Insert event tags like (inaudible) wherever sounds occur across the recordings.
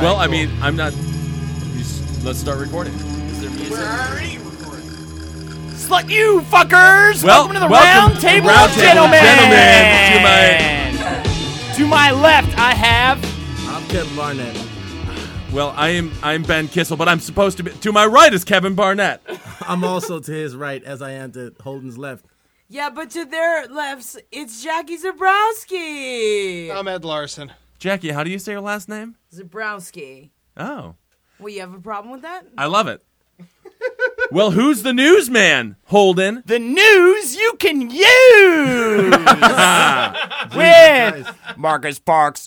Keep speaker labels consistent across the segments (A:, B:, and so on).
A: well, I mean, I'm not. you s- Let's start recording.
B: Is there music?
C: Slut you fuckers!
A: Well,
C: welcome to the
A: welcome
C: round
A: to
C: table,
A: Round
C: of
A: Table of
C: gentlemen.
A: Gentlemen.
C: To my left, I have
B: I'm Kevin Barnett.
A: Well, I am. I'm Ben Kissel, but I'm supposed to be. To my right is Kevin Barnett.
B: I'm also to his right as I am to Holden's left.
D: Yeah, but to their lefts, it's Jackie Zabrowski.
E: I'm Ed Larson.
A: Jackie, how do you say your last name?
D: Zabrowski.
A: Oh,
D: Well, you have a problem with that?
A: I love it. well, who's the newsman? Holden.
C: the news you can use with Marcus Parks.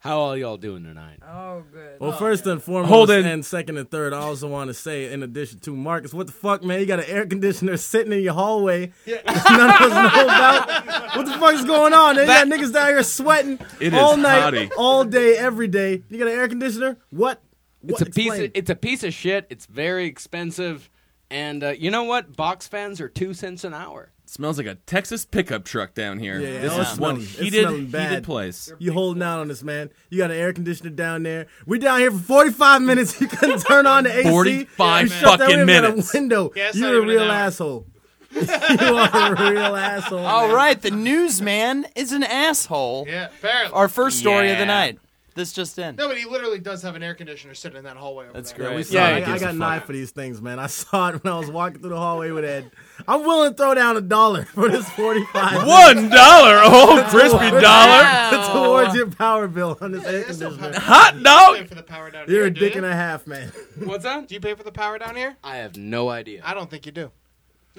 F: How are y'all doing tonight?
D: Oh, good.
E: Well, first and foremost,
A: Holden.
E: and second and third, I also want to say, in addition to Marcus, what the fuck, man? You got an air conditioner sitting in your hallway. that (laughs) None of us know about. What the fuck is going on? man? You got niggas down here sweating
A: It is
E: all night,
A: hotty.
E: all day, every day. You got an air conditioner? What?
F: It's
E: what?
F: a piece. Of,
E: Explain.
F: it's a piece of shit. It's very expensive, and uh, you know what? Box fans are two cents an hour.
A: smells like a Texas pickup truck down here.
E: Yeah,
A: this
E: oh,
A: is
E: it's
A: one
E: smelling- it's
A: heated,
E: smelling
A: heated
E: bad.
A: place.
E: You holding out on us, man. You got an air conditioner down there. We down here for 45 minutes. (laughs) You couldn't turn on the AC.
A: 45
E: You shut that- we
A: fucking
E: even got
A: minutes.
E: A window.
G: Yeah, it's not
E: You're a
G: even an
E: real
G: hour.
E: asshole. (laughs) you are a real asshole.
C: All
E: man.
C: right, the newsman is an asshole.
G: Yeah, apparently.
C: Our first story of the
F: Yeah.
C: night. This just in.
G: no, but he literally does have an air conditioner sitting in that hallway. Over
C: That's
G: there.
C: great.
E: Yeah,
F: he
E: I, I
F: gives
E: got
F: a
E: an eye for these things, man. I (laughs) saw it when I was walking through the hallway with Ed. I'm willing to throw down a dollar for this 45 (laughs)
A: One dollar, oh crispy dollar,
E: towards your power bill on this air
G: (laughs) There's no
E: conditioner.
G: power.
E: (laughs)
A: hot
G: You pay
A: dog.
G: for the power down
E: You're
G: here,
E: a
G: do
E: dick
G: you?
E: and a half, man.
F: What's that?
G: Do you pay for the power down here?
F: (laughs) I have no idea.
G: I don't think you do.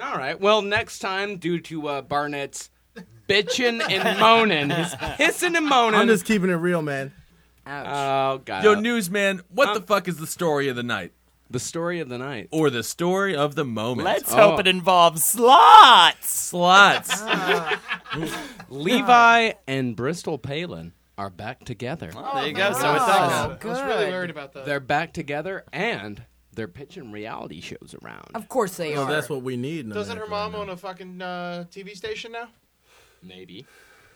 F: All right. Well, next time, due to uh, Barnett's bitching (laughs) and moaning, his pissing and moaning.
E: I'm just keeping it real, man.
D: Ouch.
F: oh god.
A: Yo, newsman, what
E: Um,
A: the fuck is the story of the night,
F: the story of the night.
A: or the story of the moment?
C: Let's
F: Oh.
C: hope it involves slots.
A: slots.
F: Levi and Bristol Palin are back together.
G: Oh,
C: there you go. So
G: I
C: it's uh,
G: was
C: us.
G: thinking about it. I was really worried about that.
F: They're back together, and they're pitching reality shows around.
D: Of course they
E: So
D: are.
E: that's what we need. in
G: Doesn't her
E: America
G: mom
E: right
G: own a fucking uh, TV station now?
F: Maybe.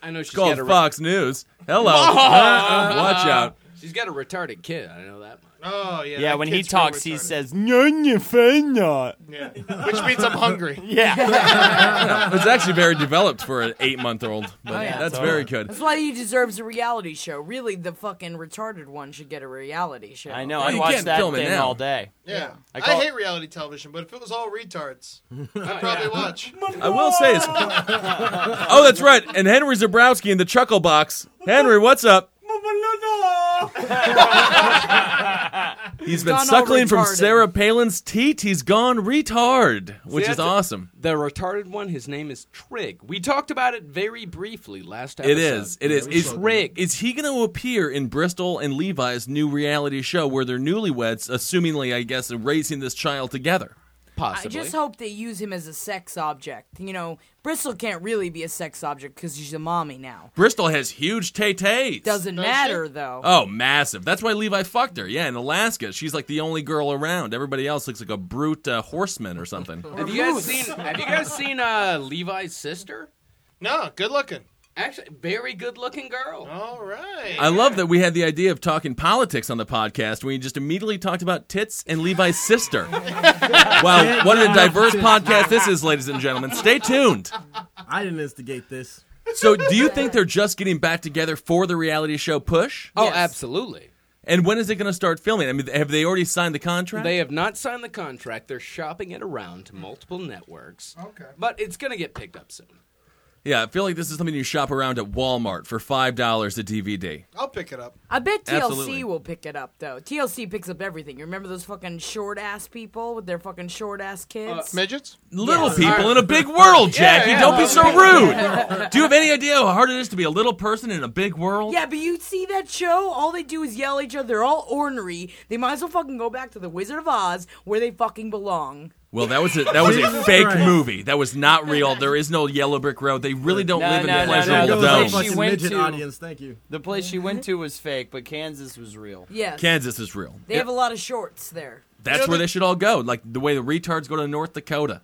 F: I know she's
A: called
F: got a re-
A: Fox News. Hello.
E: (laughs)
A: Watch out.
F: She's got a retarded kid. I know that much.
G: Oh yeah.
C: (laughs) Yeah,
G: that
C: when he
G: kid's real
C: talks, he
G: retarded.
C: says, "Nanya fenya."
G: Yeah. (laughs) Which means I'm (laughs) hungry.
C: Yeah.
A: (laughs) It's actually very developed for an eight-month-old, but
D: Oh, yeah.
A: that's very good.
D: That's why he deserves a reality show. Really, the fucking retarded one should get a reality show.
C: I know.
A: Well,
C: I'd
A: you
C: watch
A: can't
C: that
A: film it
C: thing
A: now.
C: all day.
G: Yeah.
C: I
G: I,
C: call-
G: hate reality television, but if it was all
C: (laughs)
G: retards, I'd probably watch.
A: I will say it's. (laughs) oh, that's right. And Henry Zabrowski in the chuckle box. Henry, what's up? He's been
D: gone all
A: suckling from
D: retarded.
A: Sarah Palin's teat. He's gone retard, which is
F: that's a-
A: awesome.
F: The retarded one, his name is Trig. We talked about it very briefly last episode.
A: It is. It is. Is,
F: Trig.
A: is he going to appear in Bristol and Levi's new reality show where they're newlyweds, assumingly, I guess, and raising this child together?
D: I
F: possibly.
D: just hope they use him as a sex object. You know, Bristol can't really be a sex object because she's a mommy now.
A: Bristol has huge tay-tays.
D: Doesn't
G: Does
D: matter,
G: she?
D: though.
A: Oh, massive. That's why Levi fucked her. Yeah, in Alaska. She's like the only girl around. Everybody else looks like a brute uh, horseman or something.
F: have you guys seen? Have you guys seen uh, Levi's sister?
G: No, good looking.
F: Actually, very good-looking girl.
G: All right.
A: I love that we had the idea of talking politics on the podcast. We just immediately talked about tits and Levi's sister. wow, what a diverse podcast this is, ladies and gentlemen. Stay tuned.
E: now. I didn't instigate this.
A: So, do you think they're just getting back together for the reality show push?
F: Oh,
D: Yes.
F: absolutely.
A: And when is it going to start filming? I mean, have they already signed the contract?
F: They have not signed the contract. They're shopping it around to multiple networks.
G: Okay.
F: But it's gonna get picked up soon.
A: yeah, I feel like this is something you shop around at Walmart for $5 a DVD.
G: I'll pick it up.
D: I bet TLC
A: Absolutely.
D: will pick it up though. TLC picks up everything. You remember those fucking short ass people with their fucking short ass
C: Uh,
D: kids?
G: Midgets?
A: Little
D: Yes.
A: people
F: Alright.
A: in a big world, Jackie.
F: yeah,
A: Don't be
F: well,
A: so rude. Do you have any idea how hard it is to be a little person in a big world?
D: yeah, but you see that show? All they do is yell at each other. They're all ornery. They might as well fucking go back to the Wizard of Oz where they fucking belong.
A: Well, that was a that was a
E: Jesus
A: fake
E: Christ.
A: movie. That was not real. There is no yellow brick road. They really don't
C: No,
A: live
C: no,
A: in
C: no,
E: There
A: pleasurable
C: no,
E: goes
C: no.
E: our
A: domes.
C: She
E: fucking
C: went
E: midget
C: to-
E: audience. Thank you.
C: The place she went to was fake, but Kansas was real.
D: Yes.
A: Kansas is real.
D: They have a lot of shorts there.
A: That's
G: Yeah,
A: where
G: they-
A: they should all go. Like the way the retards go to North Dakota.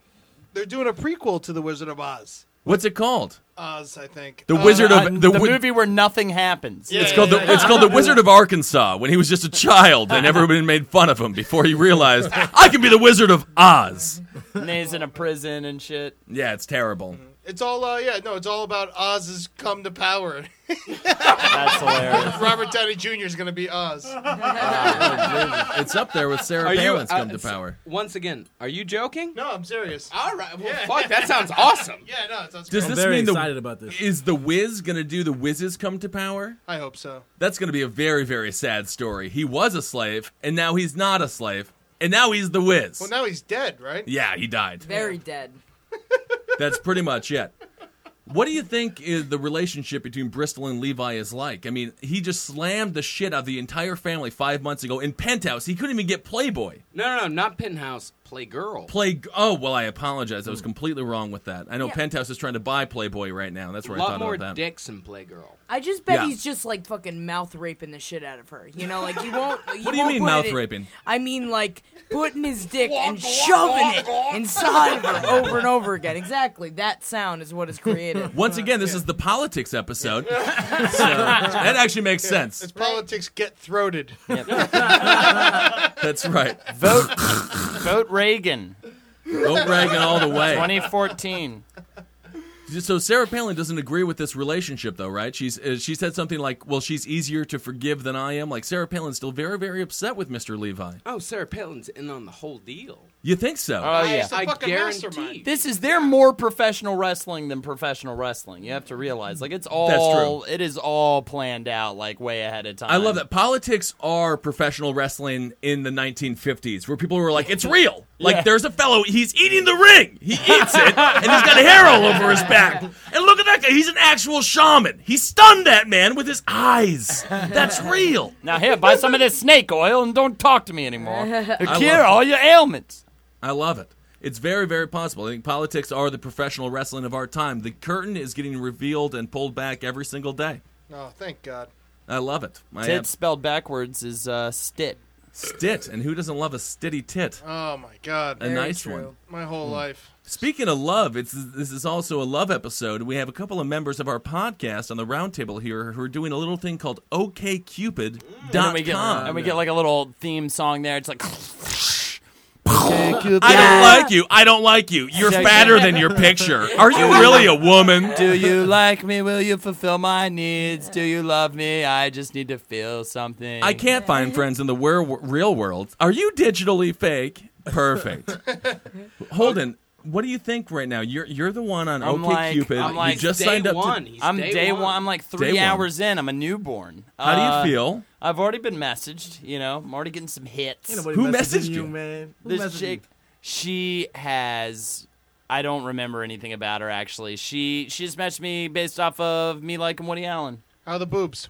G: They're doing a prequel to The Wizard of Oz.
A: What's it called?
G: Oz, I think.
A: The
G: Uh,
A: Wizard of
C: Uh,
A: the,
C: the
A: wi-
C: movie where nothing happens.
G: Yeah,
A: It's called the it's called the Wizard of Arkansas when he was just a child and everybody made fun of him before he realized I can be the Wizard of Oz.
C: And he's in a prison and shit.
A: Yeah, it's terrible.
G: It's all uh, yeah, no, it's all about Oz's come to power. (laughs)
C: That's
A: (laughs)
C: hilarious.
G: Robert Downey Jr. is gonna be Oz.
A: It's up there with Sarah
F: Are you-
A: Palin's
F: uh,
A: come to
F: it's-
A: power.
F: Once again, are you joking?
G: No, I'm serious.
F: All right. Well, fuck. That (laughs) sounds awesome.
G: Yeah, no, it sounds
A: Does
G: great.
A: this
E: Very
A: mean the
E: excited about this.
A: is the Wiz gonna do the Wiz's come to power?
G: I hope so.
A: That's gonna be a very very sad story. He was a slave and now he's not a slave and now he's the Wiz.
G: Well, now he's dead, right?
A: yeah, he died.
D: Very dead.
A: That's pretty much it. What do you think is the relationship between Bristol and Levi is like? I mean, he just slammed the shit out of the entire family five months ago in Penthouse. He couldn't even get Playboy.
F: No, no, no. Not Penthouse. Play girl.
A: Play. Oh well, I apologize. I was completely wrong with that. I know
D: Yeah.
A: Penthouse is trying to buy Playboy right now. That's
F: a
A: where I
F: lot
A: thought
F: more
A: about that.
F: dicks in Play girl.
D: I just bet
A: Yeah.
D: he's just like fucking mouth raping the shit out of her. You know, like you
A: (laughs)
D: won't. You
A: What do you
D: won't
A: mean
D: put
A: mouth
D: it in-
A: raping?
D: I mean like putting his dick and shoving it inside of her over and over again. Exactly. That sound is what
A: (laughs)
D: is created.
A: Once again, this is the politics episode. (laughs) so that actually makes sense.
G: It's politics
A: (laughs)
G: get throated.
A: That's right.
C: Vote, vote Reagan,
A: Vote Reagan all the way.
C: 2014.
A: So Sarah Palin doesn't agree with this relationship, though, right? She's uh, she said something like, "Well, she's easier to forgive than I am." Like Sarah Palin's still very, very upset with Mr. Levi.
F: Oh, Sarah Palin's in on the whole deal.
A: You think so?
C: Oh
G: He's
C: yeah.
G: the
F: I
G: fucking
F: guarantee.
G: mastermind.
C: This is they're more professional wrestling than professional wrestling. You have to realize, like it's all it is all planned out, like way ahead of time.
A: I love that politics are professional wrestling in the 1950s, where people were like, "It's real." Like
C: Yeah.
A: there's a fellow, he's eating the ring. He eats it, and he's got hair all over his back. And look at that guy; he's an actual shaman. He stunned that man with his eyes. That's real.
C: Now here, buy some of this snake oil and don't talk to me anymore. It'll
A: love
C: cure
A: it.
C: all your ailments.
A: I love it. It's very, very possible. I think politics are the professional wrestling of our time. The curtain is getting revealed and pulled back every single day.
G: Oh, thank God.
A: I love it. My
C: Tit spelled backwards is uh, stit.
A: stit, and who doesn't love a stitty tit?
G: Oh my God.
A: A nice
D: true.
A: one. Hmm.
G: My whole life.
A: Speaking of love, it's this is also a love episode. We have a couple of members of our podcast on the roundtable here who are doing a little thing called
C: And Mm. we get
A: OKCupid.com.
C: and we get like a little theme song there. It's like (laughs)
A: I don't like you. I don't like you. You're
C: Yeah,
A: fatter
C: yeah.
A: than your picture.
C: (laughs)
A: Are you really a woman? (laughs)
C: Do you like me? Will you fulfill my needs? Do you love me? I just need to feel something.
A: I can't find friends in the wer- real world. Are you digitally fake?
C: (laughs)
A: Perfect. Holden, what do you think right now? You're you're the one on
C: I'm like-
A: OKCupid.
C: I'm
A: you
C: like
A: just
F: day
A: signed up.
F: one.
A: To,
F: He's
C: I'm day, one. I'm like three
A: Day one.
C: hours in. I'm a newborn.
A: how
C: Uh,
A: do you feel?
C: I've already been messaged. You know, I'm already getting some hits.
E: Ain't nobody
A: Who
E: messaging
A: messaged you?
E: man? Who
C: this
E: messaged
C: chick, she has. I don't remember anything about her actually. She she just matched me based off of me liking Woody Allen.
G: How are the
A: Is
G: boobs?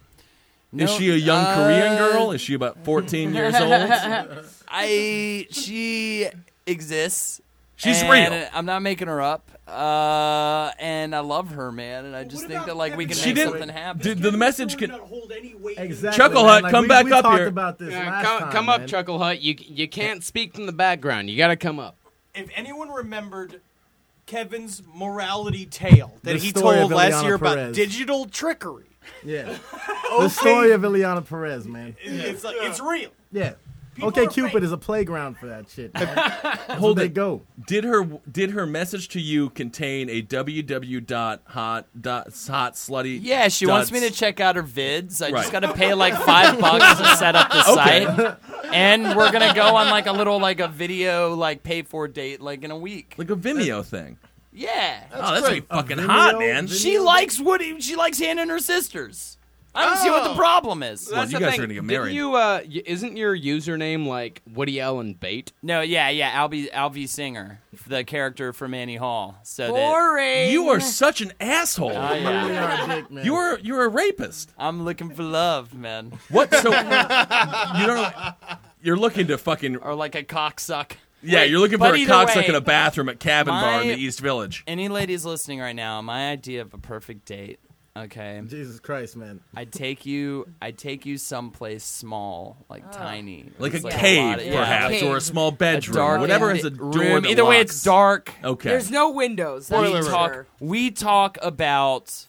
C: No,
A: she a young Korean
C: uh,
A: girl? Is she about 14 years
C: (laughs)
A: old?
C: I she exists.
A: She's
C: and
A: real.
C: I'm not making her up. Uh, and I love her, man. And I just think that like we can
A: She
C: make
A: didn't-
C: something happen.
A: Did, did the message get?
E: you? Exactly.
A: Chuckle
E: man.
A: Hut,
E: Like,
A: come
E: we,
A: back
E: we
A: up
E: talked
A: here.
E: about this
F: Yeah,
E: last
F: come,
E: time,
F: come up,
E: man.
F: Chuckle Hut. You you can't speak from the background. You got to come up.
H: if anyone remembered Kevin's morality tale that
E: The
H: he
E: story
H: told
E: of
H: last
E: Ileana
H: year about
E: Perez.
H: digital trickery,
E: Yeah. The story of Ileana Perez, man.
H: it's like it's real.
E: Yeah.
H: People
E: okay,
H: are
E: Cupid
H: fake.
E: is a playground for that shit. man.
A: Hold
E: they
A: it.
E: go.
A: Did her did her message to you contain a www dot hot dot hot slutty?
C: Yeah, she wants me
A: dots?
C: to check out her vids. I
A: Right.
C: just gotta pay like five bucks to set up the
A: (laughs) Okay.
C: site, and we're gonna go on like a little like a video like pay for date like in a week.
A: like a Vimeo thing.
C: yeah,
A: oh, that's gonna be fucking
E: Vimeo
A: hot, man.
E: video?
C: she likes Woody. She likes handing her sisters. I don't see what
A: Oh.
C: the problem is.
A: Well,
F: That's
A: you
F: the
A: guys
F: thing.
A: are gonna get
F: Didn't
A: married.
F: You, uh, y- isn't your username like Woody Allen Bait?
C: No, yeah, yeah. Alvy Alvy Singer, the character from Annie Hall. So that,
D: Boring.
A: You are such an asshole.
C: Oh, yeah.
E: We are a dick, man.
A: You're you're a rapist.
C: I'm looking for love, man,
A: What? So you don't. You're looking to fucking.
C: or like a cocksuck.
A: Yeah,
C: Wait,
A: you're looking
C: but
A: for a
C: either
A: cocksuck
C: way,
A: in a bathroom at Cabin Bar in
C: my-
A: the East Village.
C: Any ladies listening right now, my idea of a perfect date Okay.
E: Jesus Christ, man.
C: I'd take you. I'd take you someplace small, like tiny,
A: Like
C: It's
A: a
C: lot
A: cave,
C: of-
A: perhaps,
D: cave.
A: or a small bedroom,
C: dark
A: whatever
C: and-
A: has a door
C: room.
A: that
C: Either way, it's
A: locks.
C: dark.
A: Okay.
D: There's no windows. That's
C: we
D: for
C: talk.
D: sure.
C: We talk about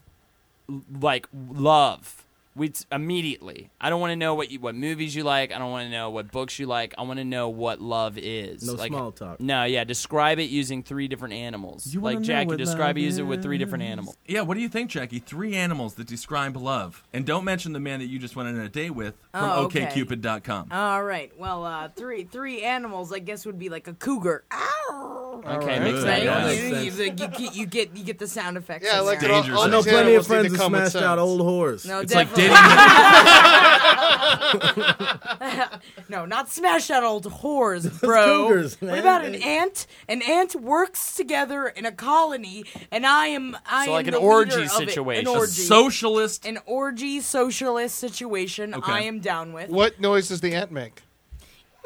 C: l- like love. We t- immediately. I don't want to know what you, what movies you like. I don't want to know what books you like. I want to know what love is.
E: No
C: like,
E: small talk.
C: No, yeah. Describe it using three different animals.
A: You wanna
C: like
A: know
C: Jackie,
A: what
C: describe it
A: love
C: using with three different animals.
A: yeah, what do you think, Jackie? Three animals that describe love. And don't mention the man that you just went on a date with from
D: Oh, okay.
A: okcupid.com.
D: All right. Well, uh, three three animals, I guess, would be like a cougar. Ow!
C: Okay,
E: right.
C: mix that
E: Yeah,
C: up.
E: makes
D: you, you,
E: sense.
D: you get, you get you get the sound effects.
G: Yeah,
D: in
G: like
D: there.
G: all,
A: Dangerous
G: all
A: I
E: I
A: know
E: know
G: these
E: plenty of
G: animals need
E: friends
G: to
E: who
G: come with
E: smashed out
G: sense.
E: old whores.
D: no,
A: It's like
D: definitely-
A: dating. a-
D: (laughs) no, not smash out old whores, bro.
E: cougars,
D: what
E: man.
D: about an ant? An ant works together in a colony, and I am I
C: So
D: am
C: like an
D: the
C: orgy
D: leader of it.
C: situation.
D: An
C: A
A: a
D: orgy,
A: socialist.
D: an orgy socialist situation.
A: Okay.
D: I am down with.
G: What noise does the ant make? (laughs)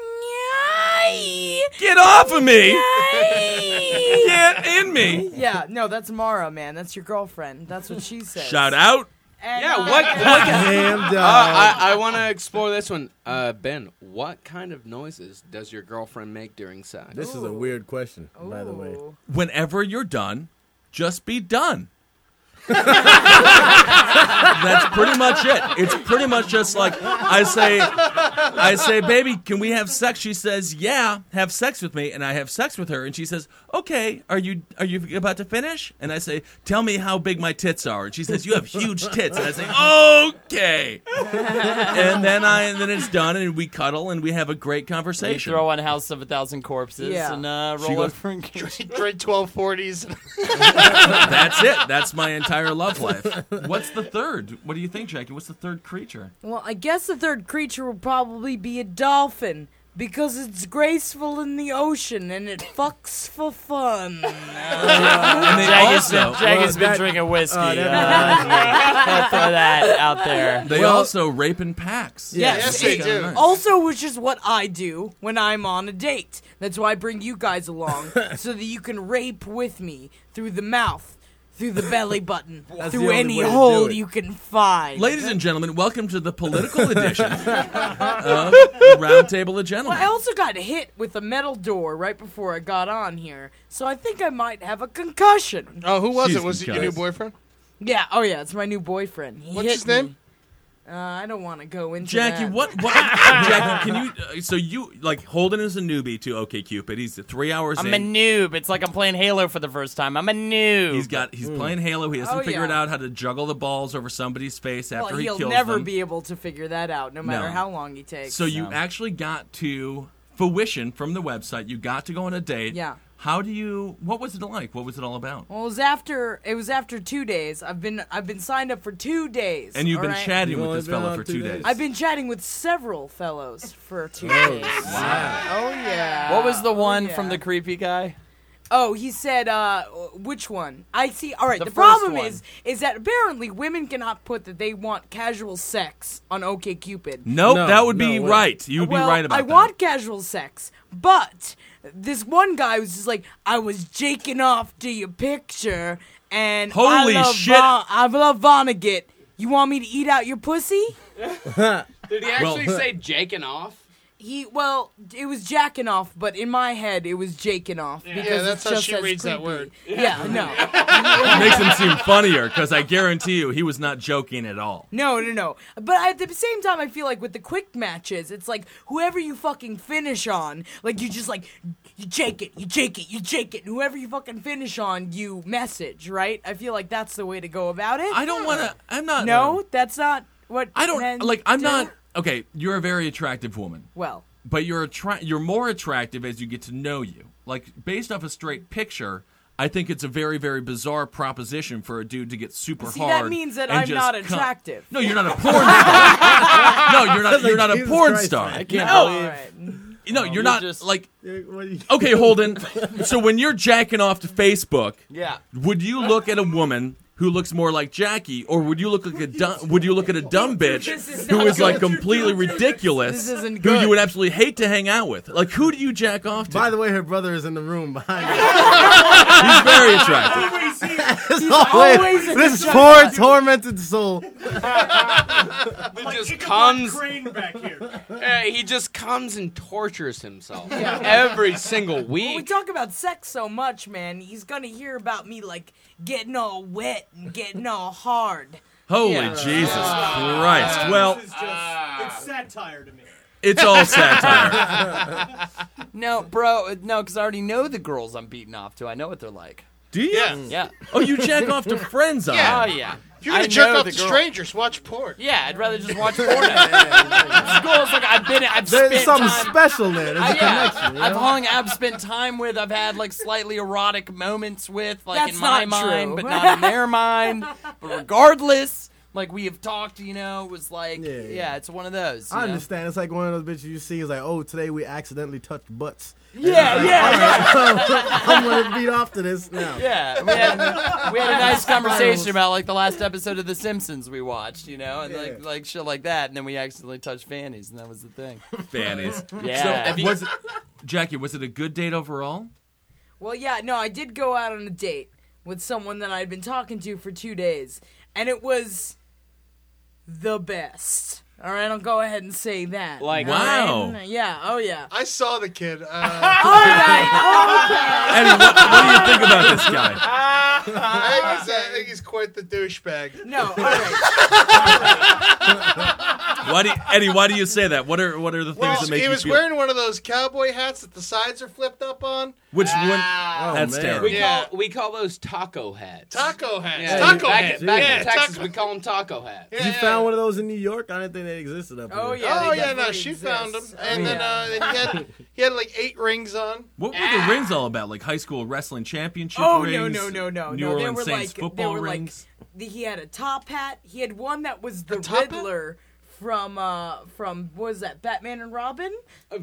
D: Nyai.
A: Get off of
D: (laughs)
A: me! (laughs)
D: Nyai.
A: Get in me!
D: yeah, no, that's Mara, man. That's your girlfriend. That's what she says.
A: Shout out.
D: And,
F: Yeah,
D: uh,
F: what? what
E: Damn
F: uh,
E: dog.
F: I, I want to explore this one. Uh, ben, what kind of noises does your girlfriend make during sex?
E: This is a weird question, by the way.
D: Ooh.
A: Whenever you're done, just be done. (laughs) That's pretty much it. It's pretty much just like I say I say, "Baby, can we have sex?" She says, "Yeah, have sex with me." And I have sex with her and she says, "Okay, are you are you about to finish?" And I say, "Tell me how big my tits are." And she says, "You have huge tits." And I say, "Okay." and then I and then it's done and we cuddle and we have a great
C: You
A: conversation.
C: throw on House of a Thousand Corpses
D: Yeah.
C: and uh,
A: (laughs) She
C: roll
A: goes-
C: over and (laughs) get-
G: Dread 1240s.
A: That's it. That's my entire love life. What's the third? What do you think, Jackie? What's the third creature?
D: Well, I guess the third creature will probably be a dolphin because it's graceful in the ocean and it fucks for fun.
G: Uh,
A: And they
C: Jackie's been,
A: also
C: Jackie's
E: Uh,
C: been
E: that-
A: Oh,
C: drinking whiskey.
E: uh, that-
A: (laughs)
C: uh, I'll throw that out there.
A: they
E: Well-
A: also rape in packs.
G: Yes, they do.
D: also, which is what I do when I'm on a date. That's why I bring you guys
E: (laughs)
D: along so that you can rape with me through the mouth, through the belly button,
E: That's the
D: through
E: only
D: any
E: way to do
D: hole
E: it.
D: you can find.
A: Ladies and gentlemen, welcome to the political edition of Roundtable of Gentlemen.
D: I also got hit with a metal door right before I got on here, so I think I might have a concussion.
G: Oh, who was
A: She's
G: it? Was it your new
A: concussed.
G: boyfriend?
D: Yeah, oh yeah, it's my new boyfriend. He
G: What's
D: hit
G: his name?
D: me. Uh, I don't want to go into
A: Jackie,
D: that.
A: what? what Jackie, can you? Uh, so you like Holden is a newbie to OK Cupid. He's three hours
C: I'm a
A: in.
C: noob. It's like I'm playing Halo for the first time. I'm a noob.
A: He's got. He's playing Halo. He hasn't
D: Oh,
A: figured
D: yeah.
A: out how to juggle the balls over somebody's face after
D: Well,
A: he
D: he'll
A: kills
D: never
A: them.
D: be able to figure that out, no matter
A: No.
D: how long he takes.
A: So you
C: No.
A: actually got to fruition from the website. You got to go on a date.
D: Yeah.
A: How do you? What was it like? What was it all about?
D: well, it was after it was after two days. I've been I've been signed up for two days.
A: And you've
D: all
A: been
D: right?
A: chatting
E: You've
A: with
E: only
A: this
E: been
A: fella
E: on
A: for
E: two
A: two days.
E: days.
D: I've been chatting with several fellows for two days. Oh yeah.
C: What was the one
D: yeah.
C: from the creepy guy?
D: Oh, he said, uh, which one? I see. All right.
C: The
D: The, problem
C: first one.
D: is, is that apparently women cannot put that they want casual sex on OKCupid.
A: Nope,
E: No,
A: that would be
E: no way.
A: right. You'd
D: well,
A: be right about
D: I
A: that.
D: want casual sex, but this one guy was just like, I was jaking off to your picture, and
A: Holy
D: I love
A: shit.
D: Von- I love Vonnegut. You want me to eat out your pussy?
F: Did he (laughs) actually
A: Well-
F: say jaking off?
D: He well, it was jacking off, but in my head it was jaking off. Yeah, because
G: that's
D: it
G: how
D: just
G: she
D: says
G: reads that
D: creepy.
G: word.
D: Yeah,
G: (laughs)
D: no.
A: It makes him seem funnier because I guarantee you he was not joking at all.
D: No, no, no. But at the same time, I feel like with the quick matches, it's like whoever you fucking finish on, like you just like you jake it, you jake it, you jake it. and Whoever you fucking finish on, you message, right? I feel like that's the way to go about it.
A: I don't want to. I'm not. um,
D: No, that's not what.
A: I don't
D: men
A: like. I'm
D: do.
A: not. Okay, you're a very attractive woman,
D: Well,
A: but you're attra- You're more attractive as you get to know you. Like based off a straight picture. I think it's a very, very bizarre proposition for a dude to get super
D: See, that
A: hard.
D: means that
A: and
D: I'm
A: just
D: not
A: come.
D: attractive.
A: No, you're not a porn star. (laughs) no, you're not. You're not a
E: Jesus
A: porn
E: Christ,
A: star.
E: man.
C: I can't
D: all
C: believe.
D: right.
A: No, you're not
C: just-
A: like
E: What do you-
A: Okay, Holden. so when you're jacking off to Facebook,
C: Yeah.
A: would you look at a woman who looks more like Jackie, or would you look like a dumb? Would you look at a dumb bitch
D: This is
A: who
D: not
A: is like
D: good.
A: completely ridiculous,
D: This isn't
A: who you
D: good.
A: would absolutely hate to hang out with? Like, who do you jack off to?
E: By the way, her brother is in the room behind me.
A: He's very attractive.
E: It's
D: He's always in
B: Oh, this
D: the
B: poor
D: jungle.
B: tormented soul.
F: He
H: Ichabod
F: just comes.
H: Crane back (laughs) here.
F: eh, he just comes and tortures himself every single
D: When we
F: week.
D: talk about sex so much, man, he's gonna hear about me like getting all wet and getting all hard.
A: Holy
F: Yeah.
A: Jesus Christ. Well,
H: Ah. this is just,
C: Ah.
H: it's satire to me.
A: it's all satire.
C: No, bro, no, because I already know the girls I'm beating off to. I know what they're like.
A: Do you?
G: Yeah.
C: Yeah.
A: Oh, you jack off to friends on
C: Oh
G: Yeah.
C: yeah.
G: If you're gonna
C: I
G: jerk
C: know
G: off
C: the
G: to
C: girl-
G: strangers, watch porn.
C: Yeah, I'd rather just
B: (laughs)
C: watch porn. School's like I've been, I've
B: There's
C: spent
B: something
C: time.
B: special there. There's
C: I,
B: a
C: yeah,
B: connection. you
C: I've
B: know?
C: hung, I've spent time with, I've had like slightly erotic moments with, like
D: That's
C: in my
D: not
C: mind,
D: true.
C: but not in their mind. (laughs) But regardless, like we have talked, you know, it was like, yeah,
B: Yeah, yeah.
C: it's one of those. you
B: I
C: know?
B: understand. It's like one of those bitches you see is like, oh, today we accidentally touched butts. (laughs)
C: Yeah, yeah,
B: I'm gonna beat off to this now.
C: yeah. We had, we had a nice
B: (laughs)
C: conversation about like the last episode of The Simpsons we watched, you know, and like
B: Yeah.
C: like shit like that, and then we accidentally touched fannies, and that was the (laughs) thing.
A: fannies.
C: Yeah.
A: So, was it, Jackie, was it a good date overall?
D: Well, yeah, no, I did go out on a date with someone that I'd been talking to for two days, and it was the best. All right, I'll go ahead and say that.
F: Like,
A: Wow.
D: And, yeah, oh yeah.
G: I saw the
B: (laughs)
G: kid. Uh,
D: All right,
A: Eddie, what, what do you think about this guy?
G: I, think he's, I think he's quite the douchebag.
D: no, all right.
A: Why do you, Eddie? Why do you say that? What are what are the things
G: Well,
A: that make
G: he
A: you
G: was
A: feel?
G: wearing one of those cowboy hats that the sides are flipped up on.
A: Which one?
B: Oh,
A: That's
B: man.
A: terrible.
F: we
G: Yeah.
F: call we call those taco hats.
G: Taco hats.
F: Yeah,
G: taco
F: back,
G: hats.
F: back
G: yeah,
F: in Texas,
G: taco-
F: we call them taco hats.
G: Yeah,
B: You
G: yeah.
B: found one of those in New York? I didn't think they existed up
G: (laughs)
D: Oh,
B: here.
D: Yeah,
G: oh
D: they
G: yeah, no,
D: definitely
G: she
D: exist. Oh,
G: found him,
D: I
G: and then uh, and he had he had like eight rings on.
A: What were the rings all about? Like high school wrestling championship
D: Oh
A: rings?
D: no no no no
A: New
D: no!
A: Orleans
D: they were
A: Saints
D: like
A: football
D: they were (laughs)
A: rings.
D: like the, he had a top hat. He had one that was the
G: top hat?
D: Riddler from uh from what was that Batman and Robin?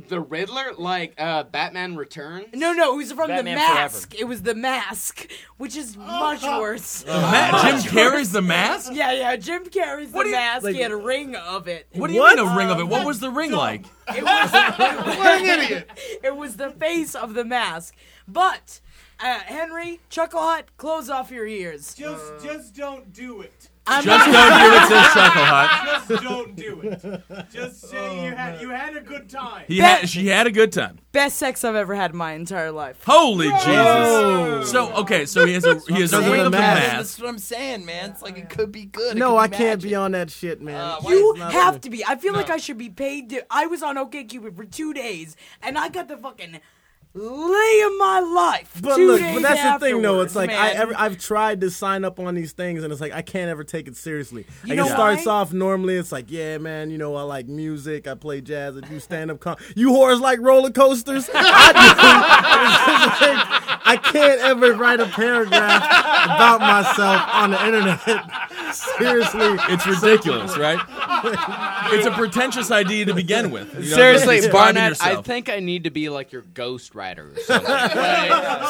F: The Riddler, like uh, Batman Returns.
D: No no, it was from
C: Batman
D: the
C: Forever.
D: mask. It was the mask, which
G: (laughs)
D: is much worse.
G: Oh,
A: Ma- Jim carries the mask.
D: yeah yeah, Jim carries the
A: do you-
D: mask.
B: like-
D: he had a ring of it.
A: What do you
B: What?
A: mean a ring of it? What was the ring
D: (laughs)
A: like?
B: (laughs)
D: It was
G: What an idiot!
D: it was the face of the mask. But uh, Henry, chuckle hut, close off your ears.
C: Ah.
H: Just, just don't do
C: (laughs)
H: it.
D: I'm
A: Just don't do it, says Chuckle Hut.
H: Just don't do it.
C: (laughs)
H: Just say
C: Oh,
H: you had, you had a good time.
A: He had, she had a good time.
D: best sex I've ever had in my entire life.
A: Holy Jesus! So okay, so he has a he has a
B: That's
A: ring
B: what
A: of the
B: matters.
A: mask.
C: That's what I'm saying, man. It's like it could be good. it
B: No,
C: could
B: I can't
C: magic.
B: be on that shit, man.
C: Uh, why-
D: You
B: It's not
D: have
B: good.
D: to be. I feel like I should be paid to. I was on OKCupid for two days, and I got the fucking lay of my life.
B: But
D: two
B: look,
D: days
B: but that's the thing, though.
D: afterwards,
B: It's like I
D: man.
B: ever, I've tried to sign up on these things, and it's like I can't ever take it seriously.
D: You
B: like
D: know
B: it starts
D: why?
B: off normally, it's like, yeah, man, you know, I like music, I play jazz, I do stand up. Com- you whores like roller
D: (laughs)
B: coasters. I, do. (laughs) It's just like, I can't ever write a paragraph about myself on the internet. (laughs) Seriously,
A: It's ridiculous, right? It's a pretentious idea to begin with. you know,
F: Seriously,
A: describing
F: Barnett, I
A: yourself.
F: think I need to be like your ghostwriter or
G: (laughs)
F: something.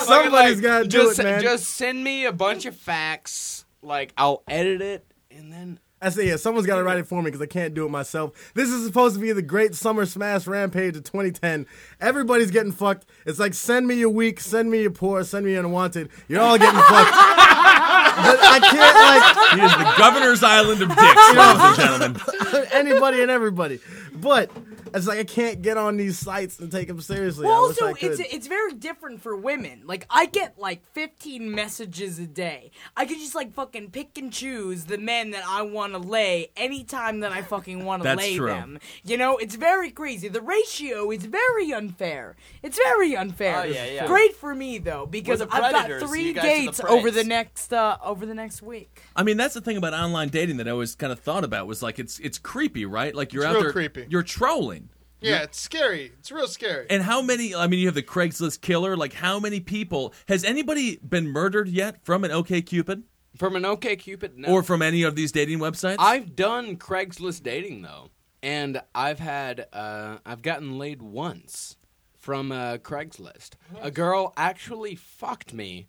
B: somebody's got to do
F: just,
B: it, man.
F: just send me a bunch of facts. Like, I'll edit it and then.
B: I say, yeah, someone's got to write it for me because I can't do it myself. This is supposed to be the great Summer Smash Rampage of 2010. Everybody's getting fucked. It's like, send me your weak, send me your poor, send me your unwanted. You're all getting fucked. (laughs) but I can't, like,
A: He is the governor's island of dicks, ladies and gentlemen.
B: (laughs) anybody and everybody. But it's like, I can't get on these sites and take them seriously. I
D: Well,
B: wish I
D: also,
B: could.
D: it's it's very different for women. Like I get like 15 messages a day. I could just like fucking pick and choose the men that I want to lay anytime that I fucking want to
A: That's
D: lay
A: true.
D: them. You know, it's very crazy. The ratio is very unfair. It's very unfair.
C: Oh, yeah, yeah.
D: Great for me though because
C: We're the
D: I've got
C: predators,
D: three
C: you guys are the
D: dates
C: preys.
D: over the next uh, over the next week.
A: I mean, that's the thing about online dating that I always kind of thought about was like it's it's creepy, right? Like you're
G: It's
A: out
G: real
A: there,
G: creepy.
A: you're trolling.
G: Yeah, it's scary. It's real scary.
A: And how many? I mean, you have the Craigslist killer. Like, how many people has anybody been murdered yet from an OK Cupid
F: From an OK Cupid, no.
A: or from any of these dating websites?
F: I've done Craigslist dating though, and I've had uh, I've gotten laid once from uh, Craigslist. A girl actually fucked me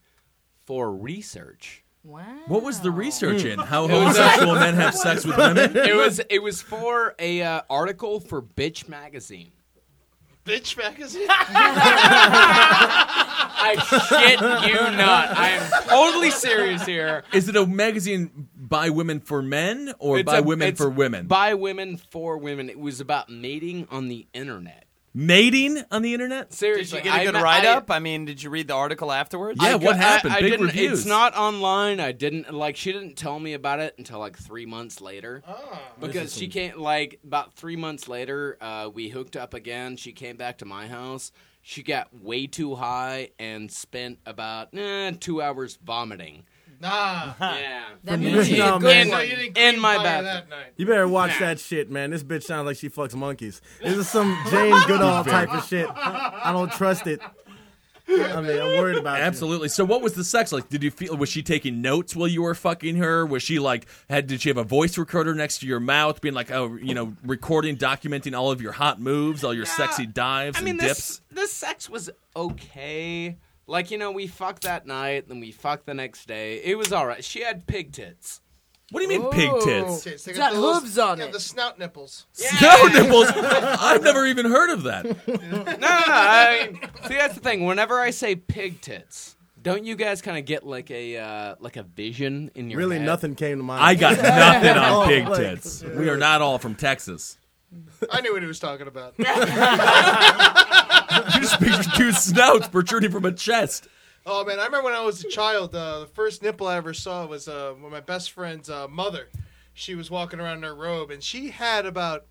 F: for research. (laughs)
D: Wow.
A: what was the research
F: Hmm.
A: in how homosexual men have sex with
F: (laughs)
A: women?
F: It was it was for a uh, article for Bitch magazine.
B: (laughs)
G: Ah, Bitch magazine.
F: I shit you not. I am totally serious here.
A: Is it a magazine by women for men or
F: It's
A: by
F: a-
A: women
F: it's
A: for women?
F: By women for women. It was about mating on the internet.
A: Mating on the internet?
F: Seriously,
C: Did you get a
F: I
C: good
F: ma-
C: write
F: I-
C: up? I mean, did you read the article afterwards?
A: Yeah,
F: I
A: what
F: got-
A: happened?
F: I, I
A: Big
F: didn't,
A: reviews.
F: It's not online. I didn't like. She didn't tell me about it until like three months later.
G: Oh,
F: because she can't like about three months later. Uh, we hooked up again. She came back to my house. She got way too high and spent about eh, two hours vomiting.
G: Nah.
F: yeah,
D: That
B: me.
D: means
B: (laughs)
D: she's
B: No,
D: a
B: man.
D: good
G: So
D: one.
G: you didn't
F: In
G: clean
F: my
G: fire
F: bathroom.
G: that night.
B: You better watch
F: Nah.
B: that shit, man. This bitch sounds like she fucks monkeys. This is some Jane Goodall type of shit. I don't trust it. I mean, I'm worried about it.
A: Absolutely. So, what was the sex like? Did you feel? Was she taking notes while you were fucking her? Was she like had? Did she have a voice recorder next to your mouth, being like, oh, you know, recording, documenting all of your hot moves, all your sexy dives
F: I mean,
A: and
F: this
A: dips?
F: this sex was okay. Like you know, we fucked that night, then we fucked the next day. It was all right. She had pig tits.
A: What do you mean, pig
D: Ooh.
A: tits?
G: Tits. They
D: It's
G: got
D: got
G: those-
D: hooves on
G: yeah,
D: it.
G: the snout nipples.
A: Snow nipples. I've never even heard of that.
F: No, no, no. I mean, see, that's the thing. Whenever I say pig tits, don't you guys kind of get like a uh, like a vision in your
B: Really,
F: head?
B: nothing came to mind.
A: I got nothing on
B: Oh,
A: pig
B: like-
A: tits. We are not all from Texas.
G: I knew what he was talking about.
A: You just picture two snouts protruding from a chest.
G: Oh man, I remember when I was a child. Uh, the first nipple I ever saw was uh, when my best friend's uh, mother. She was walking around in her robe, and she had about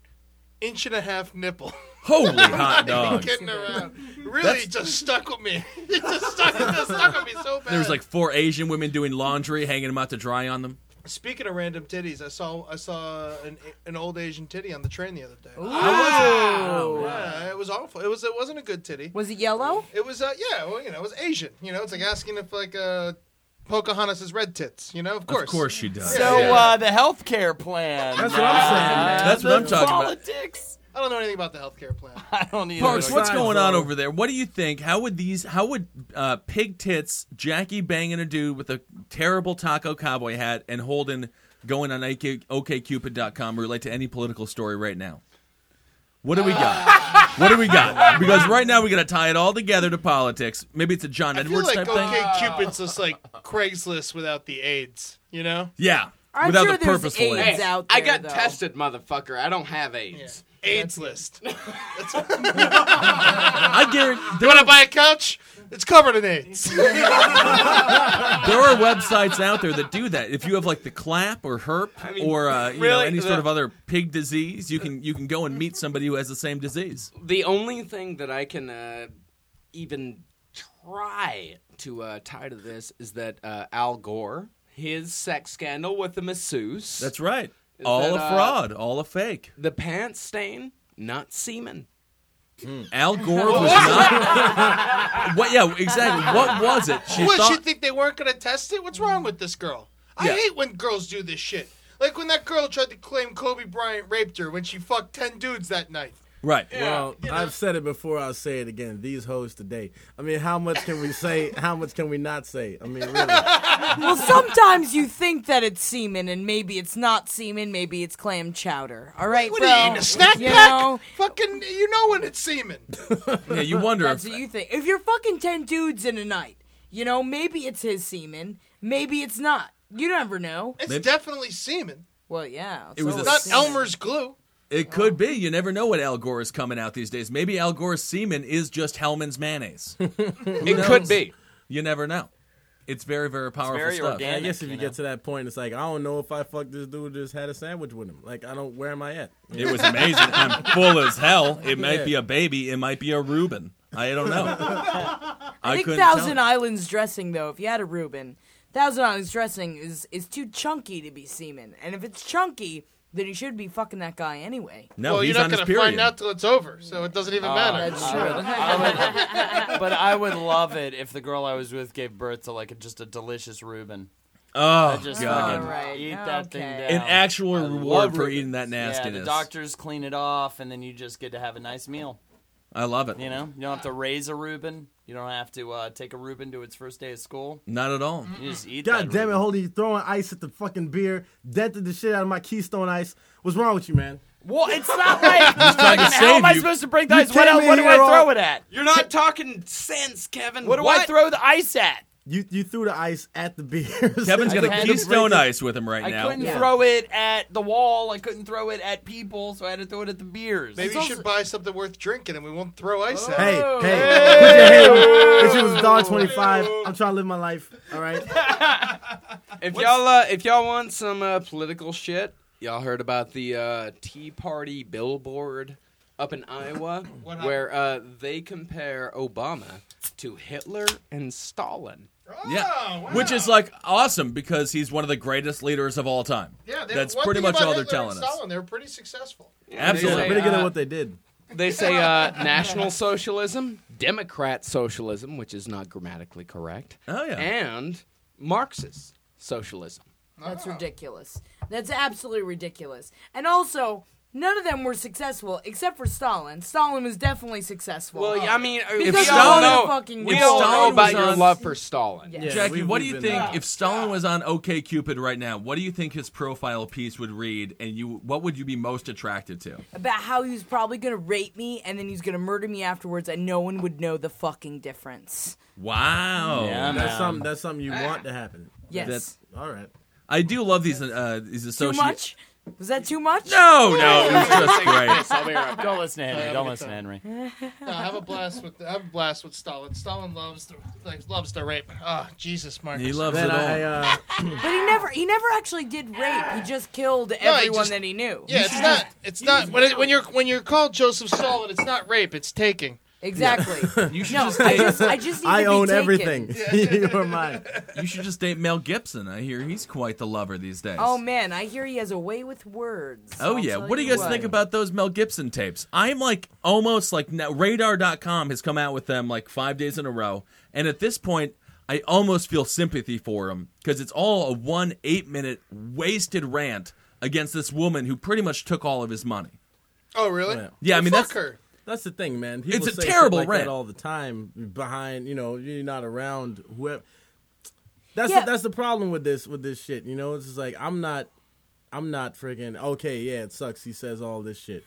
G: inch and a half nipple. (laughs)
A: Holy hot dog.
G: Kidding around, really just stuck with me. (laughs) it just stuck. It just stuck with me so bad.
A: There was like four Asian women doing laundry, hanging them out to dry on them.
G: Speaking of random titties, I saw I saw an, an old Asian titty on the train the other day. Yeah, it was awful. It was it wasn't a good titty.
D: Was it yellow?
G: It was uh yeah, well you know it was Asian. You know it's like asking if like uh Pocahontas has red tits. You know of course.
A: Of course she does.
C: So
G: Yeah.
C: uh, the healthcare plan.
B: That's what I'm saying.
A: That's what I'm talking about.
C: Politics.
G: I don't know anything about the
A: (laughs)
G: healthcare plan.
C: I don't either.
A: Parks, what's
B: Besides,
A: going on
B: though-
A: over there? What do you think? How would these? How would uh, pig tits, Jackie banging a dude with a terrible taco cowboy hat, and Holden going on AK, OKCupid.com relate to any political story right now? What do we got?
G: (laughs)
A: what do we got? Because right now we got to tie it all together to politics. Maybe it's a John
G: I feel
A: Edwards
G: like
A: type
G: okay,
A: thing.
G: Cupid's just like Craigslist without the AIDS. You know,
A: Yeah,
D: I'm
A: without
D: sure
A: the
D: there's
A: purposeful.
D: AIDS.
A: AIDS.
D: It's out
F: I
D: there,
F: got
D: though.
F: tested, motherfucker. I don't have AIDS.
G: AIDS list.
A: I
D: (laughs)
A: guarantee.
G: Do you want to buy a couch? It's covered in AIDS. (laughs)
A: There are websites out there that do that. If you have like the clap or herp or uh, you know
F: really,
A: any sort
F: the-
A: of other pig disease, you can you can go and meet somebody who has the same disease.
F: The only thing that I can uh, even try to uh, tie to this is that uh, Al Gore, his sex scandal with the masseuse,
A: That's right. all
F: that,
A: a
F: uh,
A: fraud, all a fake.
F: the pants stain, not semen.
A: Al Gore
F: (laughs)
A: was not. (laughs) what? Yeah, exactly. What was it? She
G: what she
A: thought.
G: think they weren't gonna test it? What's wrong with this girl? I
A: Yeah.
G: hate when girls do this shit. Like when that girl tried to claim Kobe Bryant raped her when she fucked ten dudes that night.
A: right.
B: Well, I've said it before. I'll say it again. These hoes today. I mean, how much can we say? How much can we not say? I
A: (laughs)
B: mean, really.
D: Well, sometimes you think that it's semen, and maybe it's not semen. Maybe it's clam chowder. All right,
G: What
D: bro.
G: are you in a snack
D: You
G: pack?
D: know,
G: Fucking, you know when it's semen.
A: Yeah, you wonder.
D: that's
A: If,
D: what you think. If you're fucking ten dudes in a night, you know, maybe it's his semen. Maybe it's not. You never know.
G: It's
A: Maybe-
G: definitely semen.
D: Well, yeah.
A: It was
D: so
A: a
D: it's
G: Not
D: semen.
G: Elmer's glue.
A: it could be. You never know what Al Gore is coming out these days. Maybe Al Gore's semen is just Hellman's
F: (laughs)
A: mayonnaise.
F: It could be.
A: you never know. It's very, very powerful
C: very
A: stuff.
B: I
C: organic.
B: guess if you
C: you know.
B: get to that point, it's like I don't know if I fucked this dude. Just had a sandwich with him. Like I don't. Where am I at?
A: It was amazing. I'm full as hell. It might be a baby. It might be a Reuben. I don't know. I,
D: (laughs) I think
A: couldn't tell.
D: Thousand Islands dressing, though, if you had a Reuben, Thousand Islands dressing is is too chunky to be semen. And if it's chunky, then you should be fucking that guy anyway.
A: No,
G: well,
A: he's
G: you're not
A: on his
G: gonna
A: period.
G: find out till it's over, so it doesn't even matter.
D: Ah, That's true.
C: But I would love it if the girl I was with gave birth to like a, just a delicious Reuben.
A: oh
C: Just
A: god,
C: fucking
D: Right,
C: eat that thing
D: okay.
C: down.
A: an actual reward
F: love
A: for
F: Reubens.
A: eating that
C: yeah,
A: nastiness.
C: the doctors clean it off, and then you just get to have a nice meal.
A: I love it.
C: You know, you don't have to raise a Reuben. You don't have to uh, take a Reuben to its first day of school.
A: Not at all.
G: Mm-hmm.
C: You just eat.
B: God
C: that
B: damn it,
C: Reuben.
B: Holy! You throwing ice at the fucking beer, dented the shit out of my Keystone Ice. What's wrong with you, man?
C: Well, it's
B: (laughs)
C: not like
A: trying to
C: how
A: save
C: am I
A: you.
C: supposed to break the ice? What,
B: came
C: el- what
B: in
C: do
B: here
C: I
B: all-
C: throw it at?
F: You're not talking sense, Kevin.
C: What do I throw the ice at?
B: You you threw the ice at the (laughs) beers.
A: Kevin's got
C: had
A: a
C: to
A: Keystone
B: break it.
A: Ice with him right
C: I
A: now.
C: couldn't throw it at the wall. I couldn't throw it at people, so I had to throw it at the beers.
G: Maybe you should buy something worth drinking, and we won't throw ice at.
B: Hey,
G: it.
B: hey, put your hand. Bitch, it was dollar twenty five. I'm trying to live my life. All right.
F: If y'all uh, if y'all want some uh, political shit, y'all heard about the uh, Tea Party billboard up in Iowa
G: happened?
F: where uh, they compare Obama to Hitler and Stalin.
A: Yeah,
G: Oh, wow.
A: which is like awesome because he's one of the greatest leaders of all time.
G: Yeah, they,
A: that's
G: one
A: pretty
G: thing
A: much
G: about
A: all they're
G: Hitler and
A: telling us.
G: Stalin, they were pretty successful.
A: Absolutely.
F: They
B: Pretty
F: say,
B: good at
F: uh,
B: what they did.
F: they say
A: (laughs)
F: uh, National Socialism, Democrat Socialism, which is not grammatically correct,
A: Oh yeah,
F: and Marxist Socialism.
A: Ah.
D: That's ridiculous. That's absolutely ridiculous. And also, none of them were successful except for Stalin. Stalin was definitely successful.
F: Well, yeah, I mean,
D: Because
F: we
A: Stalin-
F: all know,
D: fucking-
F: we
A: if
F: all know
A: Stalin
F: about
A: was
F: your
A: on-
F: love for Stalin.
D: Yeah.
B: Yeah,
A: Jackie,
B: we-
A: what do
B: we've
A: you
B: been
A: think
B: there.
A: if Stalin was on OK Cupid right now? What do you think his profile piece would read, and you what would you be most attracted to?
D: about how he was probably gonna rape me and then he was gonna murder me afterwards, and no one would know the fucking difference.
A: Wow,
B: That's something. That's something you
A: Ah.
B: want to happen.
D: Yes.
A: That's-
B: All right.
A: I do love these uh, these
D: Too
A: associates.
D: much? Was that too much?
A: No, no, it
D: (laughs)
A: was just great.
C: Don't listen to Henry. Don't listen to Henry.
G: No, have a blast with have a blast with Stalin. Stalin loves the like, loves the rape. Ah, Jesus, Marcus.
A: He loves it
B: Then
A: all.
B: I (laughs) uh,
D: But he never he never actually did rape. He just killed everyone
G: just-
D: that he knew.
G: Yeah, it's not. It's not when, it, when you're when you're called Joseph Stalin. It's not rape. It's taking.
D: Exactly.
A: (laughs) you should
D: no,
A: just
D: I
A: date,
D: just I just need
B: I
D: to be
B: own
D: taken.
B: everything. (laughs) You're mine.
A: you should just date Mel Gibson. I hear he's quite the lover these days.
D: Oh man, I hear he has a way with words.
A: Oh
D: I'll
A: yeah,
D: tell
A: what do you guys think about those Mel Gibson tapes? I'm like almost like now, radar.com has come out with them like 5 days in a row and at this point I almost feel sympathy for him cuz it's all a 1 8 minute wasted rant against this woman who pretty much took all of his money.
G: Oh, really?
A: Yeah, I
G: Well,
A: mean,
G: fuck
A: that's-
G: her.
B: That's the thing, man. People
A: It's a
B: say
A: terrible
B: shit like
A: rant.
B: that all the time. Behind, you know, you're not around whoever. That's
D: Yeah.
B: the, that's the problem with this with this shit. You know, it's just like I'm not, I'm not freaking okay. Yeah, it sucks. He says all this shit,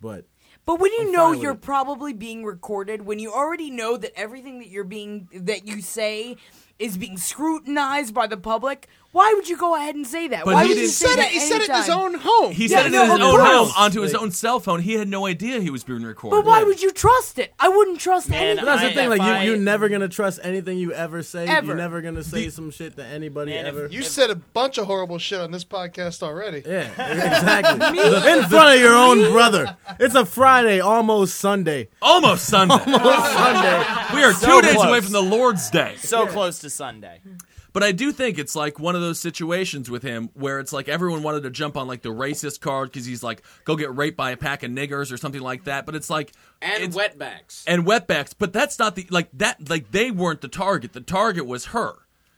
B: but
D: But when you
B: I'm
D: know
B: fine with
D: you're
B: it.
D: probably being recorded, when you already know that everything that you're being that you say is being scrutinized by the public, why would you go ahead and say that?
A: But
D: why
A: he
D: would
A: didn't-
D: you
G: He
D: say
G: said it.
D: that
G: He said it in his
D: anytime?
G: own home.
A: He
D: Yeah,
A: said it
D: no,
A: in his
D: of
A: own
D: course.
A: home onto his
B: Like-
A: own cell phone. He had no idea he was being recorded.
D: But why would you trust it? I wouldn't trust
C: Man,
D: anything.
B: But that's
C: I-
B: the thing. Like
C: if
B: you,
C: I-
B: you're never gonna trust anything you ever say.
D: Ever.
B: You're never gonna say some shit to anybody
C: Man, if
B: ever.
G: You said a bunch of horrible shit on this podcast already.
B: yeah,
A: (laughs)
B: exactly. In front of your own brother. It's a Friday, almost Sunday.
A: Almost
D: (laughs)
A: Sunday.
B: Sunday.
A: we are 2
C: So
A: days away
C: close.
A: from the Lord's Day.
C: So close to Sunday.
A: But I do think it's like one of those situations with him where it's like everyone wanted to jump on like the racist card because he's like, go get raped by a pack of niggers or something like that. But it's like,
F: And
A: it's-
F: wetbacks.
A: and wetbacks. But that's not the like that. Like they weren't the target. The target was her.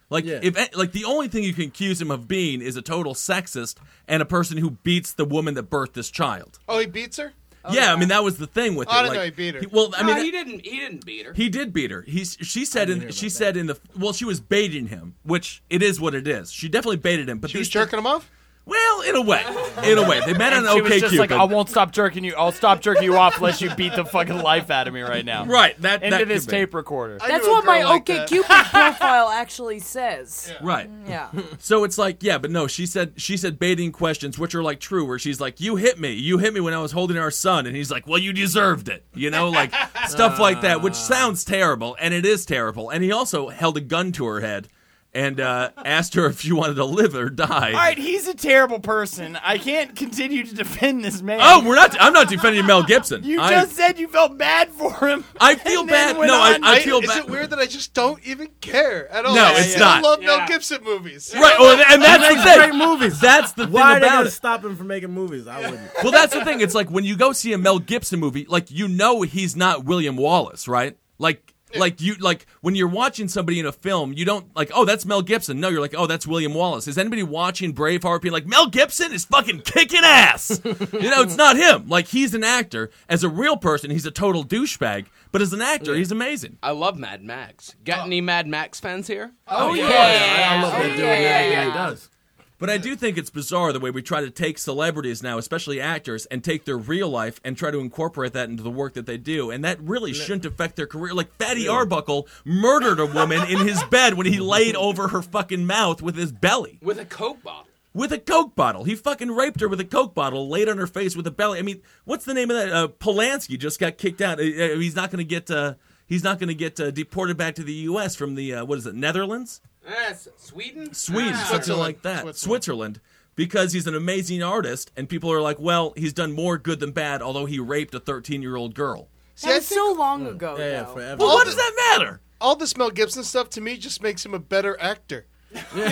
A: Like
B: Yeah.
A: if like the only thing you can accuse him of being is a total sexist and a person who beats the woman that birthed this child.
G: Oh, he beats her.
A: yeah, I mean that was the thing with
G: I
A: it.
G: didn't
A: like,
G: know he beat her.
A: well, I mean
F: no, he didn't. He didn't beat her.
A: he did beat her. He she said in she said in the well she was baiting him, which it is what it is. She definitely baited him, but
G: She was
A: these
G: jerking him off.
A: well in a way, in a way they met on OK
C: she was just like,
A: Cupid.
C: I won't stop jerking you. I'll stop jerking you off unless you beat the fucking life out of me right now.
A: right, that
C: Into
A: that
C: this
A: could be.
C: tape recorder.
G: I
D: That's
G: knew a
D: what my
G: girl like
D: OK
G: that. (laughs)
D: Cupid profile actually says.
A: Right.
D: Yeah.
A: So it's like, yeah, but no, she said she said baiting questions which are like true where she's like, "You hit me. You hit me when I was holding our son." And he's like, "Well, you deserved it." You know, like stuff like that,
G: Ah.
A: which sounds terrible and it is terrible. And he also held a gun to her head and uh, asked her if she wanted to live or die.
C: All right, he's a terrible person. I can't continue to defend this man.
A: Oh, we're not. I'm not defending Mel Gibson.
C: you
A: I,
C: just said you felt bad for him.
A: I feel
C: and then
A: bad.
C: went
A: No, I,
C: on-
A: I
G: I-
A: feel
G: is
A: bad.
G: it weird that I just don't even care at all?
A: No,
G: I
A: it's
G: still
A: not.
G: love
C: Yeah.
G: Mel Gibson movies.
A: Right, well, and that's the
B: Great
A: thing.
B: movies.
A: That's the thing
B: Why are they
A: about
B: gonna
A: it.
B: stop him from making movies? I
A: (laughs)
B: wouldn't.
A: Well, that's the thing. It's like when you go see a Mel Gibson movie, like you know he's not William Wallace, right? Like, like you like when you're watching somebody in a film, you don't like, oh, that's Mel Gibson. No, you're like, oh, that's William Wallace. Is anybody watching Braveheart being like, Mel Gibson is fucking kicking
B: (laughs)
A: ass? you know, it's not him. Like he's an actor. As a real person, he's a total douchebag. But as an actor, he's amazing.
F: I love Mad
C: Oh.
F: Max. Got any Mad Max fans here?
C: Uh,
B: Oh, yeah. I, I love that dude. Yeah, yeah, he does.
A: But I do think it's bizarre the way we try to take celebrities now, especially actors, and take their real life and try to incorporate that into the work that they do. And that really shouldn't affect their career. Like Fatty Arbuckle murdered a woman in his bed (laughs) when he laid over her fucking mouth with his belly.
F: With a Coke bottle.
A: With a Coke bottle. He fucking raped her with a Coke bottle, laid on her face with a belly. I mean, what's the name of that? Uh, Polanski just got kicked out. Uh, uh, he's not going to get. Uh, He's not going to get uh, deported back to the U.S. from the uh, what is it, Netherlands?
F: Yes, Sweden?
A: Sweden,
F: Ah.
A: something like that. Switzerland.
G: Switzerland.
A: because he's an amazing artist, and people are like, well, he's done more good than bad, although he raped a 13 year old girl.
G: (laughs) See,
D: That
G: I
D: was
G: think
D: so long ago.
B: Yeah, yeah,
D: though.
B: forever.
A: Well, what does that matter?
G: all this Mel Gibson stuff to me just makes him a better actor.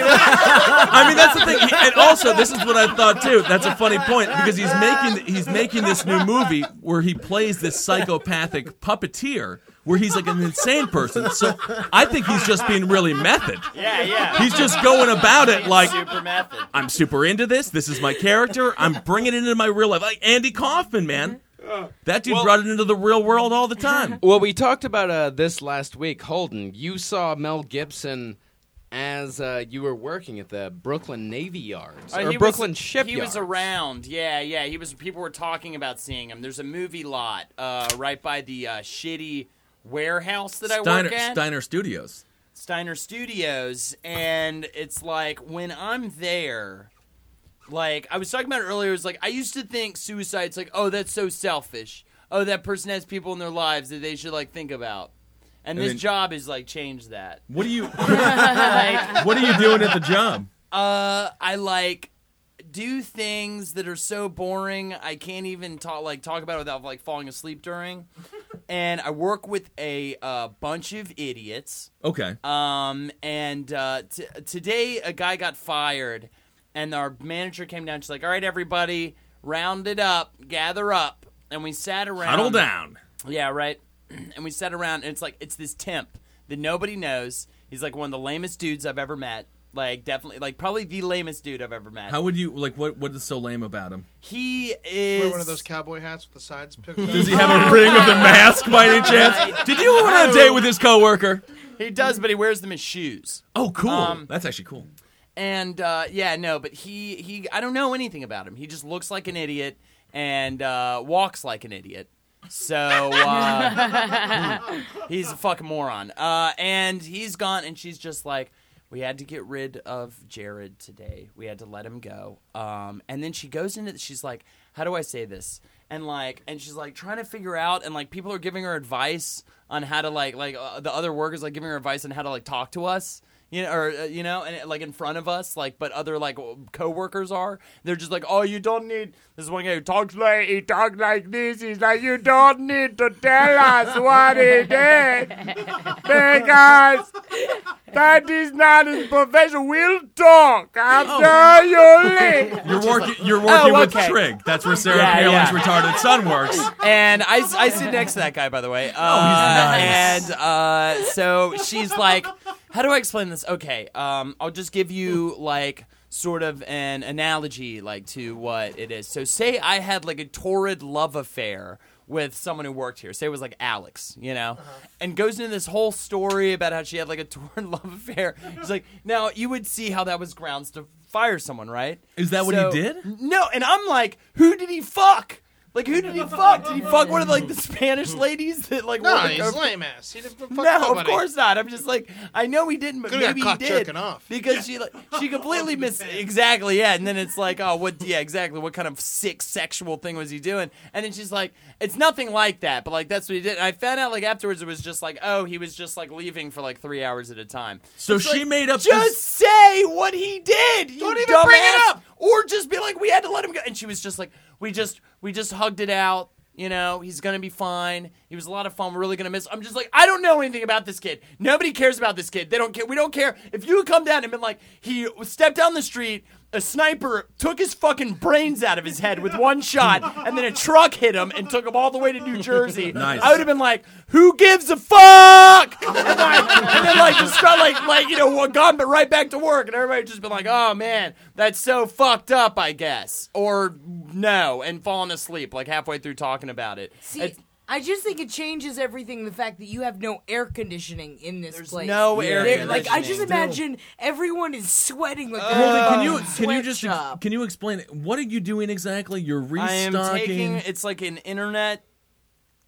A: I mean, that's the thing. He- And also, this is what I thought too. That's a funny point because he's making he's making this new movie where he plays this psychopathic puppeteer, where he's like an insane person. So I think he's just being really method.
C: Yeah,
H: (laughs)
C: yeah.
A: He's just going about it like
C: super method.
A: I'm super into this. This is my character. I'm bringing it into my real life. Like Andy Kaufman, man. That dude brought it into the real world all the
C: (laughs)
A: time.
F: Well, we talked about uh, this last week. Holden, you saw Mel Gibson as uh, you were working at the Brooklyn Navy Yards.
C: Uh,
F: or
C: he
F: Brooklyn
C: was,
F: Shipyards.
C: He was around. Yeah, yeah. He was. People were talking about seeing him. There's a movie lot uh, right by the uh, shitty warehouse that I
A: Steiner,
C: work at.
A: Steiner Studios.
C: Steiner Studios, and it's like when I'm there, like I was talking about earlier, it's like I used to think suicide's like, oh, that's so selfish. Oh, that person has people in their lives that they should like think about. And, this
A: then-
C: job is like changed that.
A: What are
C: (laughs)
A: you
C: Like,
A: What are you doing at the job?
C: uh, I like do things that are so boring I can't even talk like talk about it without like falling asleep during. And I work with a uh, bunch of idiots.
A: Okay.
C: Um, and uh, t- today a guy got fired, and our manager came down. She's like, "All right, everybody, round it up, gather up." And we sat around.
A: Huddle down.
C: Yeah, right. (clears throat) and we sat around, and it's like it's this temp that nobody knows. He's like one of the lamest dudes I've ever met. Like definitely, like probably the lamest dude I've ever met.
A: How would you like? What What is so lame about him?
C: he is
G: Wear one of those cowboy hats with the sides picked up.
A: Does he
G: (laughs)
A: have a ring with a mask by any chance? Did you go on a date with his coworker?
C: He does, but he wears them as shoes.
A: Oh, cool.
C: Um,
A: That's actually cool.
C: and uh, yeah, no, but he he I don't know anything about him. He just looks like an idiot and uh, walks like an idiot. So uh, (laughs) he's a fucking moron. Uh, and he's gone, and she's just like, we had to get rid of Jared today. We had to let him go. Um, and then she goes into she's like, how do I say this? And like, and she's like trying to figure out, and like people are giving her advice on how to like like uh, the other workers like giving her advice on how to like talk to us you know, or uh, you know, and like in front of us, like, but other like w- coworkers are. They're just like, oh, you don't need. This one guy who talks like he talks like this. He's like, you don't need to tell us what he did because that is not his profession. We'll talk after you leave.
A: You're working. You're working with
C: Oh, okay.
A: Trig. That's where Sarah
C: Yeah,
A: Palin's
C: yeah.
A: retarded son works.
C: and I, I sit next to that guy, by
A: (laughs)
C: the way. Uh,
A: Oh, nice.
C: And uh, so she's like, how do I explain this? Okay, um, I'll just give you like sort of an analogy like to what it is. So say I had like a torrid love affair with someone who worked here. Say it was like Alex, you know,
A: Uh-huh.
C: and goes into this whole story about how she had like a (laughs) torrid love affair. It's like, now you would see how that was grounds to fire someone, right?
A: Is that what he did?
C: No, and I'm like, who did he fuck? Like, who did he fuck? Did he fuck one of like the Spanish ladies that like?
G: No,
C: wore the (laughs)
G: he's
C: cover-
G: lame ass. He didn't fuck
C: No, of
G: nobody.
C: course not. I'm just like, I know he didn't, but
G: Could've got
C: maybe he
G: caught
C: did
G: jerking off.
C: because she like she completely missed exactly. Yeah, and then it's like, oh, what? Yeah, exactly. What kind of sick sexual thing was he doing? And then she's like, it's nothing like that, but like that's what he did. And I found out like afterwards, it was just like, oh, he was just like leaving for like three hours at a time.
A: So
C: It's
A: she
C: like,
A: made up.
C: just
A: this,
C: say what he did. You
G: Don't even
C: dumbass.
G: bring it up.
C: Or just be like, we had to let him go. And she was just like, we just we just hugged it out. You know, he's gonna be fine. He was a lot of fun. We're really gonna miss. I'm just like, I don't know anything about this kid. Nobody cares about this kid. They don't care. We don't care. If you had come down and been like, he stepped down the street, a sniper took his fucking brains out of his head with one shot, and then a truck hit him and took him all the way to New
A: (laughs)
C: Jersey.
A: Nice.
C: I would have been like, who gives a fuck? (laughs) And, like, and then like just start like like you know well, gone but right back to work, and everybody just been like, oh man, that's so fucked up, I guess, or no, and falling asleep like halfway through talking about it.
D: See,
C: It's-
D: I just think it changes everything. The fact that you have no air conditioning in this
C: There's
D: place.
C: no
B: Yeah.
C: air
D: There-
C: conditioning.
B: They're-
D: like I just imagine everyone is sweating like they're
A: Holy, can
D: in
A: you
D: a
A: can you just
D: sweatshop.
A: can you explain what are you doing exactly? You're
C: I am
A: restocking.
C: (laughs) taking. It's like an internet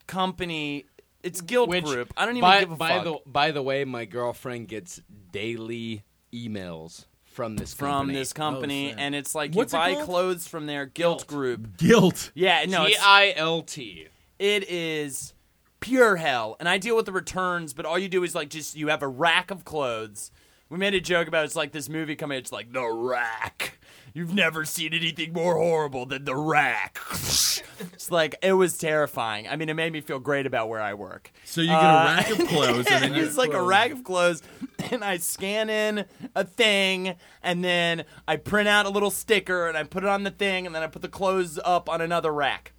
C: company. It's guild
F: Which,
C: group. I don't even
F: by,
C: give a
F: by
C: fuck.
F: The, by the way, my girlfriend gets daily emails from this
C: from
F: company.
C: this company,
A: snap.
C: and it's like
A: What's it
C: you buy
A: called?
C: clothes from their guilt group.
A: guilt.
C: Yeah, no,
F: G
C: it's,
F: I L T.
C: it is pure hell. And I deal with the returns, but all you do is like just you have a rack of clothes. We made a joke about it's like this movie coming. It's like the rack. You've never seen anything more horrible than the rack. (laughs) it's like it was terrifying. I mean, it made me feel great about where I work.
A: So you get a
C: Uh,
A: rack
C: (laughs)
A: of clothes and then you
C: it's like a rack of clothes, (laughs) and I scan in a thing, and then I print out a little sticker, and I put it on the thing, and then I put the clothes up on another rack.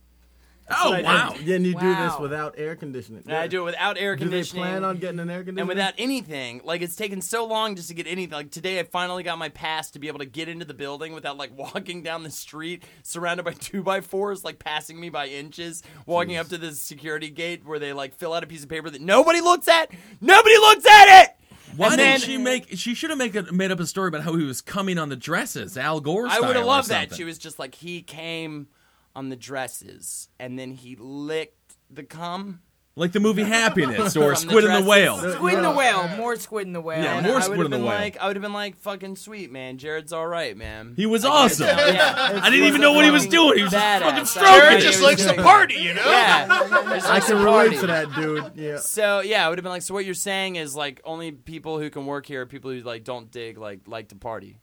A: Oh wow.
B: Yeah, and you do this
D: Wow.
B: without air conditioning.
C: And I do it without air
B: Do they
C: conditioning.
B: plan on getting an air conditioner?
A: Mhm.
C: and without anything, like it's taken so long just to get anything. Like today, I finally got my pass to be able to get into the building without like (laughs) walking down the street surrounded by (laughs) two by fours, like passing me by inches, walking up to the security gate where they like fill out a piece of paper that nobody looks at. Nobody looks at it.
A: Why
C: And
A: didn't
C: then-
A: she make? She should have make a, made up a story about how he was coming on the dresses, Al Gore
C: I
A: style
C: would
A: or
C: have loved that.
A: something.
C: She was just like, he came on the dresses and then he licked the cum.
A: like the
C: (laughs)
A: movie Happiness or
C: From the
A: Squid and the
C: dresses.
A: Whale.
D: Squid in the whale, more squid in the whale.
A: Yeah,
C: And
A: more
C: I
A: squid
C: would have
A: in the
C: been
A: whale.
C: like, I would have been like, fucking sweet, man. Jared's all right, man.
A: He was awesome. (laughs)
C: yeah.
A: I didn't even know what he was doing. He was just
C: Badass.
A: fucking
C: Jared
A: stroking.
G: Jared
A: it.
G: just likes to party, you know?
C: Yeah. Just
B: I
C: like
B: can
C: some
B: relate
C: party.
B: to that, dude. Yeah.
C: So yeah, I would have been like, so what you're saying is like only people who can work here are people who like don't dig like like to party.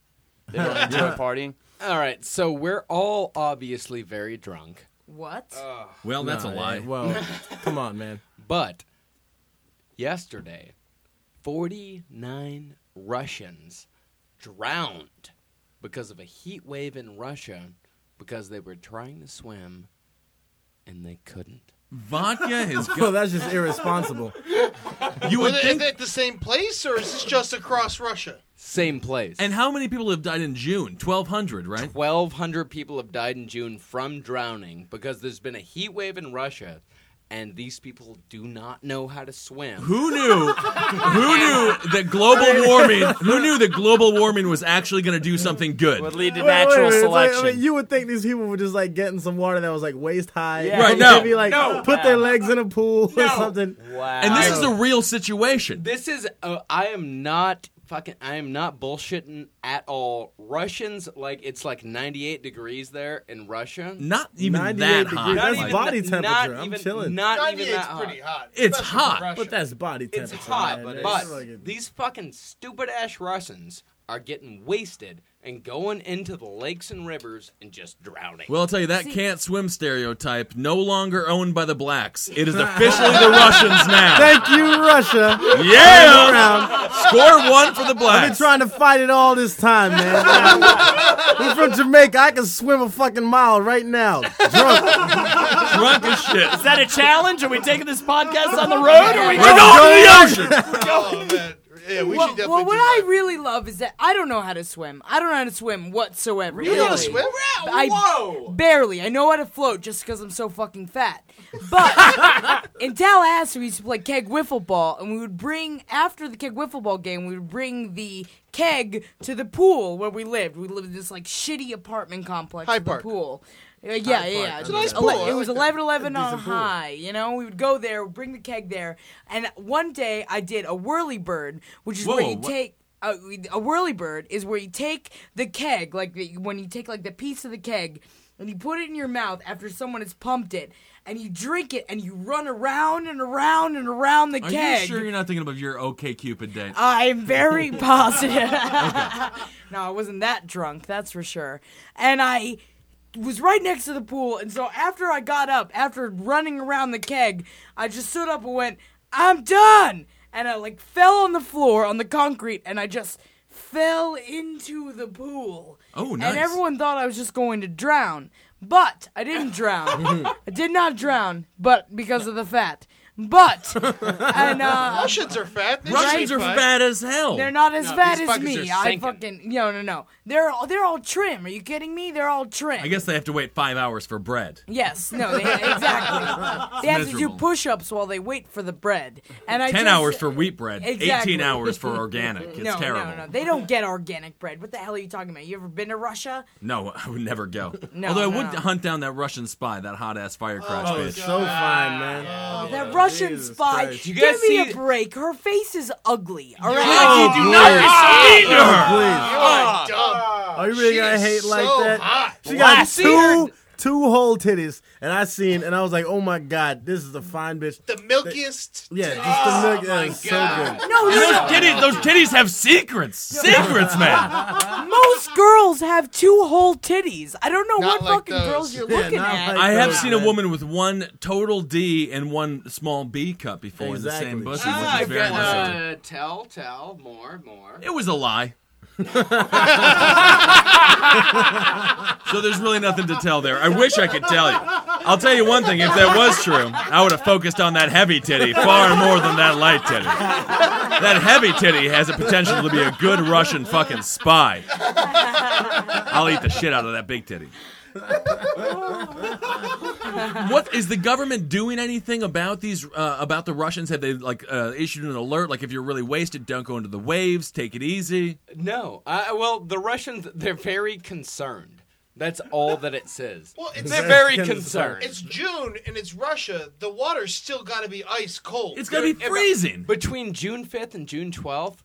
C: They don't enjoy partying.
F: All right, so we're all obviously very drunk,
D: What?
A: Well, that's a lie. (laughs)
B: Well, come on, man.
F: but yesterday, 49 Russians drowned because of a heat wave in Russia because they were trying to swim and they couldn't.
A: Vodka
C: (laughs)
A: is
B: Well,
A: good.
B: that's just irresponsible.
A: You
G: Were
A: would
G: they, is
A: think.
G: it the same place or is this just across Russia?
F: Same place.
A: And how many people have died in June? Twelve hundred, right?
F: 1,200 people have died in June from drowning because there's been a heat wave in Russia, and these people do not know how to swim.
A: Who knew? Who knew that global warming? Who knew that global warming was actually going to do something good?
C: Would lead to
B: Wait, wait,
C: natural
B: wait, it's like- I
C: selection.
B: mean, you would think these people were just like getting some water that was like waist high. (laughs)
C: Yeah.
A: Right,
B: Or
A: no.
B: Maybe like
F: No.
B: put their legs in a pool or
F: No.
B: something.
C: wow.
A: And this is a real situation.
F: This is uh, I am not fucking I am not bullshitting at all. Russians like it's like 98 degrees there in Russia.
A: Not even
B: 98
A: that
B: degrees.
A: hot.
B: Not
A: Like,
B: even body
F: not
B: temperature. I'm
F: even-
B: chilling.
F: Not even
G: 98's
F: that hot.
G: pretty hot.
A: It's
G: especially for
A: hot,
G: Russia.
B: But that's body
F: It's
B: temperature.
F: hot,
B: man.
F: but,
B: It's
F: but
B: like a-
F: these fucking stupid ass Russians are getting wasted and going into the lakes and rivers and just drowning.
A: Well, I'll tell you that can't swim stereotype no longer owned by the blacks. It
B: (laughs)
A: is officially the Russians now.
B: (laughs) Thank you, Russia.
A: Yeah,
B: Around.
A: score one for the
B: I've been
A: blacks.
B: trying to fight it all this time, man. I'm from Jamaica. I can swim a fucking mile right now. Drunk.
A: Drunk as shit.
C: Is that a challenge? Are we taking this podcast on the road? Or are we
A: We're going to the ocean.
G: Oh, man. Yeah, we
D: well,
G: should definitely
D: well, what
G: do
D: I
G: that.
D: really love is that I don't know how to swim. I don't know how to swim whatsoever.
G: You know how to swim?
D: I barely. I know how to float just because I'm so fucking fat.
G: (laughs)
D: But in Tallahassee, we used to play keg wiffle ball, and we would bring after the keg wiffle ball game, we would bring the keg to the pool where we lived. We lived in this like shitty apartment complex.
G: High
D: with a
G: Park.
D: pool. Uh, yeah, yeah, yeah.
B: It's
G: a nice
D: Ele-
G: pool. I
D: It was
G: like that.
D: 11 11 on high. You know, we would go there, bring the keg there, and one day I did a whirly bird, which is where
A: Whoa,
D: you
A: what-
D: take a, a whirly bird is where you take the keg, like the, when you take like the piece of the keg, and you put it in your mouth after someone has pumped it, and you drink it, and you run around and around and around the
A: Are
D: keg. Oh,
A: you sure you're not thinking about your OK Cupid
D: (laughs)
A: date?
D: I'm
A: (laughs)
D: very positive. no, I wasn't that drunk, that's for sure. And I was right next to the pool, and so after I got up, after running around the keg, I just stood up and went, I'm done! And I like fell on the floor on the concrete, and I just fell into the pool.
A: Oh, nice.
D: And everyone thought I was just going
A: (laughs)
D: to drown, but I didn't drown. I did not drown, but because of the fat. But and uh,
G: Russians are fat. They
A: Russians
G: should
A: are
G: be fat.
A: fat as hell.
D: they're not as
F: No,
D: fat
F: these
D: as
F: fuckers
D: me.
F: are
D: I
F: sinking.
D: fucking no no no. They're all they're all trim. Are you kidding me? They're all trim.
A: I guess they have to wait five hours for bread.
D: Yes, no,
A: (laughs)
D: they, exactly. they have to do
A: miserable.
D: push-ups while they wait for the bread. And I
A: Ten
D: just-
A: hours for wheat bread.
D: Exactly.
A: Eighteen hours
D: (laughs)
A: for organic. It's
D: no,
A: terrible.
D: No, no, they don't get organic bread. What the hell are you talking about? You ever been to Russia?
A: No, I would never go.
D: (laughs) No,
A: Although I
D: no,
A: would
D: no.
A: hunt down that Russian spy, that hot ass firecrotch
B: Oh, it's
A: bitch.
B: so fine, man.
D: Oh, that Russian
B: Jesus
D: spy.
B: Christ.
F: You
D: Give
F: guys
D: me a
F: see-
D: break. Her face is ugly. All right.
A: Oh,
F: do
A: boy.
B: Please.
G: Oh, dumb.
B: Are you really
G: She
B: gonna
G: is
B: hate like
G: so
B: that?
G: hot.
B: She got
F: Wow. See her-
B: two two whole titties, and I seen, and I was like, oh my god, this is a fine bitch.
G: The milkiest.
B: Yeah, just
G: Oh
B: the milk. Yeah, it's so good.
D: No,
A: (laughs)
D: no, no.
A: Those titties, those titties have
D: (laughs)
A: secrets. Secrets, man.
D: Most girls have two whole titties. I don't know
G: Not
D: what
G: like
D: fucking
G: those.
D: girls you're
B: Yeah,
D: looking
B: not
D: at. (laughs)
B: like-
A: I have
B: Yeah.
A: seen a woman with one total D and one small B cup before
B: Exactly.
A: in the same pussy,
F: Ah,
A: which is very
F: good,
A: unsettling.
F: uh, tell, tell, more, more.
A: It was a lie. so there's really nothing to tell there. I wish I could tell you. I'll tell you one thing. If that was true, I would have focused on that heavy titty far more than that light titty. That heavy titty has a potential to be a good Russian fucking spy. I'll eat the shit out of that big titty. what is the government doing anything about these uh, about the Russians? Have they like uh, issued an alert? Like if you're really wasted, don't go into the waves. Take it easy.
F: No. Uh, well, the Russians, they're very concerned. That's all that it says.
B: (laughs)
G: Well, it's
F: they're very
B: concerned.
F: concerned.
G: It's June and it's Russia. The water's still got to be ice cold.
A: It's gonna be freezing.
F: Between June 5th and June 12th,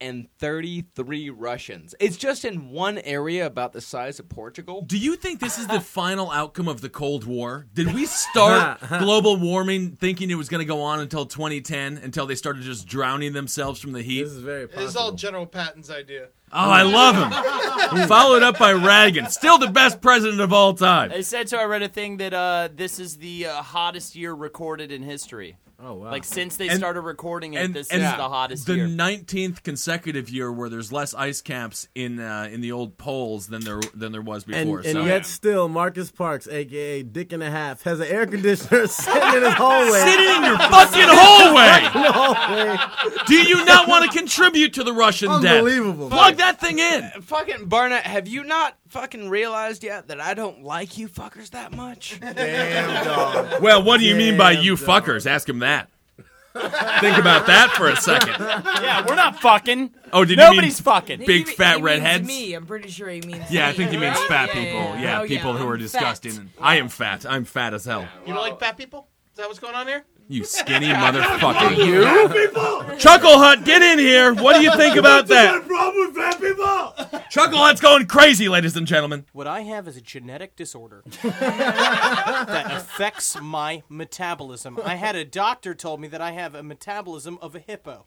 F: 233 Russians. It's just in one area about the size of Portugal.
A: Do you think this is
B: (laughs)
A: the final outcome of the Cold War? Did we start
B: Uh-huh.
A: global warming thinking it was going to go on until 2010, until they started just drowning themselves from the heat?
B: This is very
G: It is
B: possible.
G: all General Patton's idea.
A: Oh, I love
B: (laughs)
A: him. Followed up by Reagan, still the best president of all time.
C: I said so. I read a thing that uh, this is the uh, hottest year recorded in history.
B: Oh wow.
C: Like since they
A: And-
C: started recording it,
A: and-
C: this
A: and
C: is
A: yeah.
C: the hottest
A: The
C: year.
A: 19th consecutive year where there's less ice caps in uh, in the old polls than there than there was
B: and,
A: before.
B: and
A: so.
B: yet still, Marcus Parks, aka Dick and a Half, has an air conditioner (laughs) sitting in his hallway.
A: Sitting in your fucking hallway.
B: (laughs) hallway.
A: Do you not want to contribute to the Russian death?
B: Unbelievable.
A: Plug that thing in.
F: Fucking Barnett, have you not fucking realized yet that I don't like you fuckers that much?
B: Damn dog.
A: Well, what do you mean by
B: Damn
A: you
B: dog.
A: fuckers? Ask him that. Think about that for a second.
C: yeah, we're not fucking.
A: Oh, did
C: Nobody's
A: you mean?
C: fucking.
A: Big
D: he,
A: fat
D: he
A: redheads?
D: Means me, I'm pretty sure he means.
A: yeah, I
D: me,
A: think he means
D: right?
A: fat
D: Yeah,
A: people. Yeah,
D: yeah. Oh,
A: people who
D: I'm
A: are
D: fat.
A: disgusting. I am fat. I'm fat as hell.
G: (laughs) You don't like fat people? Is that what's going on here?
A: You skinny motherfucker. you? Chuckle Hut, get in here. What do you think about that?
B: problem with fat people?
A: Chuckle Hut's going crazy, ladies and gentlemen.
H: What I have is a genetic disorder (laughs) that affects my metabolism. I had a doctor told me that I have a metabolism of a hippo.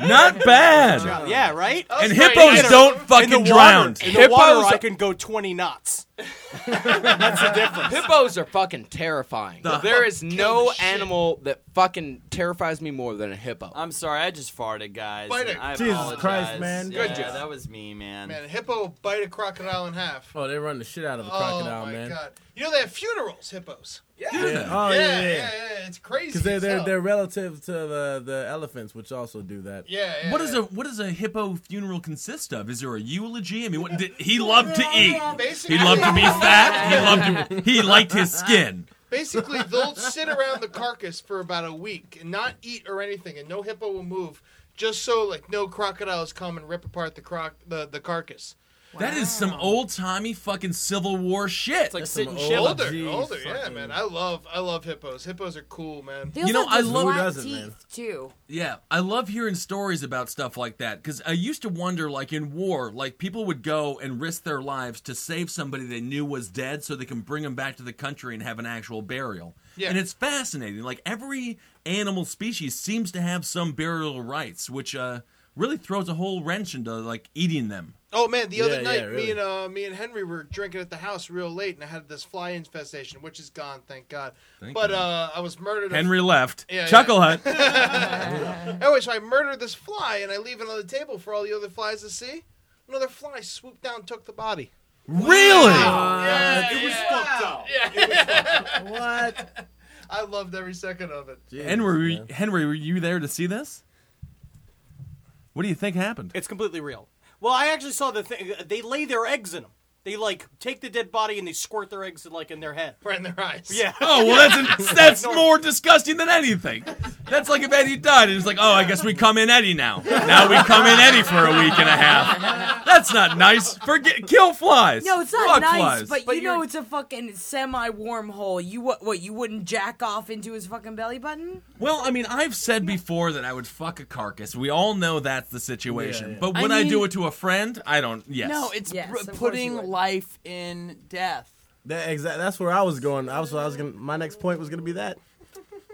A: Not bad.
H: Yeah, right?
A: And hippos don't fucking drown.
H: In the water,
F: Hippos-
H: I can go 20 knots.
F: Hippos are fucking terrifying. there is no animal that fucking terrifies me more than a hippo.
C: I'm sorry, I just farted, guys.
G: Wait
C: and
G: a-
C: I
B: Jesus
C: apologize.
B: Christ, man.
C: Yeah,
F: Good job.
C: That was me, man.
G: Man, a hippo will bite a crocodile in half.
B: Oh, they run the shit out of a
G: oh
B: crocodile,
G: my
B: man.
G: god! You know they have funerals, hippos.
B: Oh
G: yeah,
B: yeah,
G: yeah, yeah, It's crazy.
B: Because they're
G: as
B: they're
G: hell.
B: they're relative to the the elephants, which also do that.
G: Yeah, yeah.
A: What is a what does a hippo funeral consist of? Is there a eulogy? I mean, what, did, he loved to eat.
G: Basically,
A: He loved
G: (laughs)
A: to be fat. He loved to, he liked his skin.
G: Basically,
B: (laughs)
G: they'll sit around the carcass for about a week and not eat or anything, and no hippo will move, just so like no crocodiles come and rip apart the croc the, the carcass.
A: That is some old timey fucking Civil War shit.
C: It's like sitting
B: some
C: chill.
B: old-
G: Older,
B: geez,
G: older, yeah,
B: fucking-
G: man. I love I love hippos. Hippos are cool, man.
D: They also
A: You know,
D: have
A: I
D: those
A: love- Who
D: black
B: doesn't,
D: teeth
B: man?
D: too.
A: Yeah, I love hearing stories about stuff like that because I used to wonder, like in war, like people would go and risk their lives to save somebody they knew was dead, so they can bring them back to the country and have an actual burial.
G: Yeah.
A: and it's fascinating. Like every animal species seems to have some burial rights, which uh, really throws a whole wrench into like eating them.
G: Oh man, the
B: Yeah, yeah,
G: other night,
B: really.
G: me and uh, me and Henry were drinking at the house real late, and I had this fly infestation, which is gone, thank God. but uh, I was murdered. of-
A: Henry left.
G: Yeah, yeah.
A: Chuckle Hut.
G: (laughs) Anyway, Oh, so I murder this fly, and I leave it on the table for all the other flies to see. Another fly swooped down, took the body.
A: really?
G: yeah, it was fucked up.
B: What?
G: I loved every second of it.
A: Henry, Henry, were you there to see this? What do you think happened?
H: It's completely real. Well, I actually saw the thing. uh, They lay their eggs in them. They like take the dead body and they squirt their eggs like in their head.
G: (laughs) Right in their eyes.
H: Yeah.
A: (laughs) Oh well, that's that's more disgusting than anything. That's like if Eddie died, and it's like, oh, I guess we come in Eddie now. Now we come in Eddie for a week and a half. That's not nice. Forget kill flies.
D: No, it's not
A: Fuck
D: nice,
A: flies.
D: but,
H: But
D: you know
H: you're-
D: it's a fucking semi-warm hole. You what? What you wouldn't jack off into his fucking belly button?
A: well, I mean, I've said before that I would fuck a carcass. We all know that's the situation. But when I,
C: mean-
A: do it to a friend, I don't. Yes.
C: No, it's
D: Yes,
C: pr-
D: of course you would.
C: putting life in death.
B: That exact. That's where I was going. I was. I was going. to My next point was going to be that.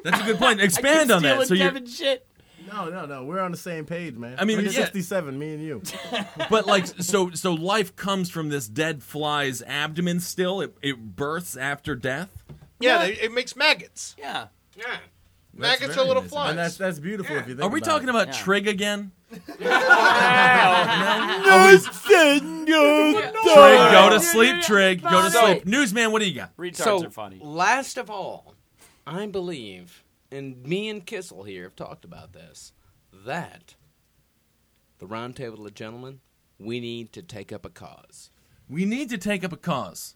A: that's a good
D: (laughs)
A: point. Expand on that. So you.
C: Kevin shit.
B: No, no, no. We're on the same page, man.
A: I mean,
B: We're
A: yeah.
B: 67. Me
A: (laughs)
B: and you.
A: but like so so life comes from this dead fly's abdomen still it, it births after death
G: Yeah, they, it makes maggots.
C: Yeah.
F: Yeah.
G: Maggots are
A: very
G: little
A: amazing.
G: flies.
B: And that's that's beautiful if you think.
A: are we
B: about
A: talking
B: It.
A: about
C: Yeah.
A: trig again trig go to sleep trig go to
D: So-
A: sleep newsman what do you got
C: Retards
F: So,
C: are funny.
F: last of all, I believe, and me and Kissel here have talked about this, that the round table of gentlemen, we need to take up a cause.
A: we need to take up a cause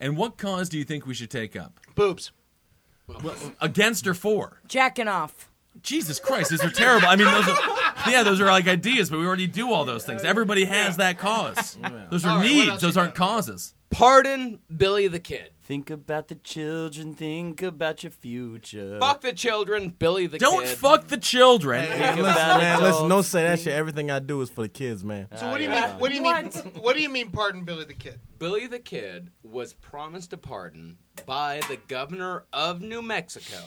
A: and what cause do you think we should take up
G: Boobs.
A: against or for
D: Jacking off.
A: jesus christ these are terrible i mean those are yeah those are like ideas but we already do all those things everybody has that cause those are
G: All right, what
A: needs
G: else
A: those
G: you
A: aren't causes
F: Pardon Billy the Kid.
C: Think about the children. Think about your future.
F: Fuck the children, Billy the
A: don't
F: Kid.
A: fuck the children
C: Think about
B: Man, listen.
C: adults.
B: Don't say that shit. Everything I do is for the kids, man.
G: So what do you mean? What do you mean? (laughs) What do you mean? Pardon Billy the Kid.
F: Billy the Kid was promised a pardon by the governor of New Mexico.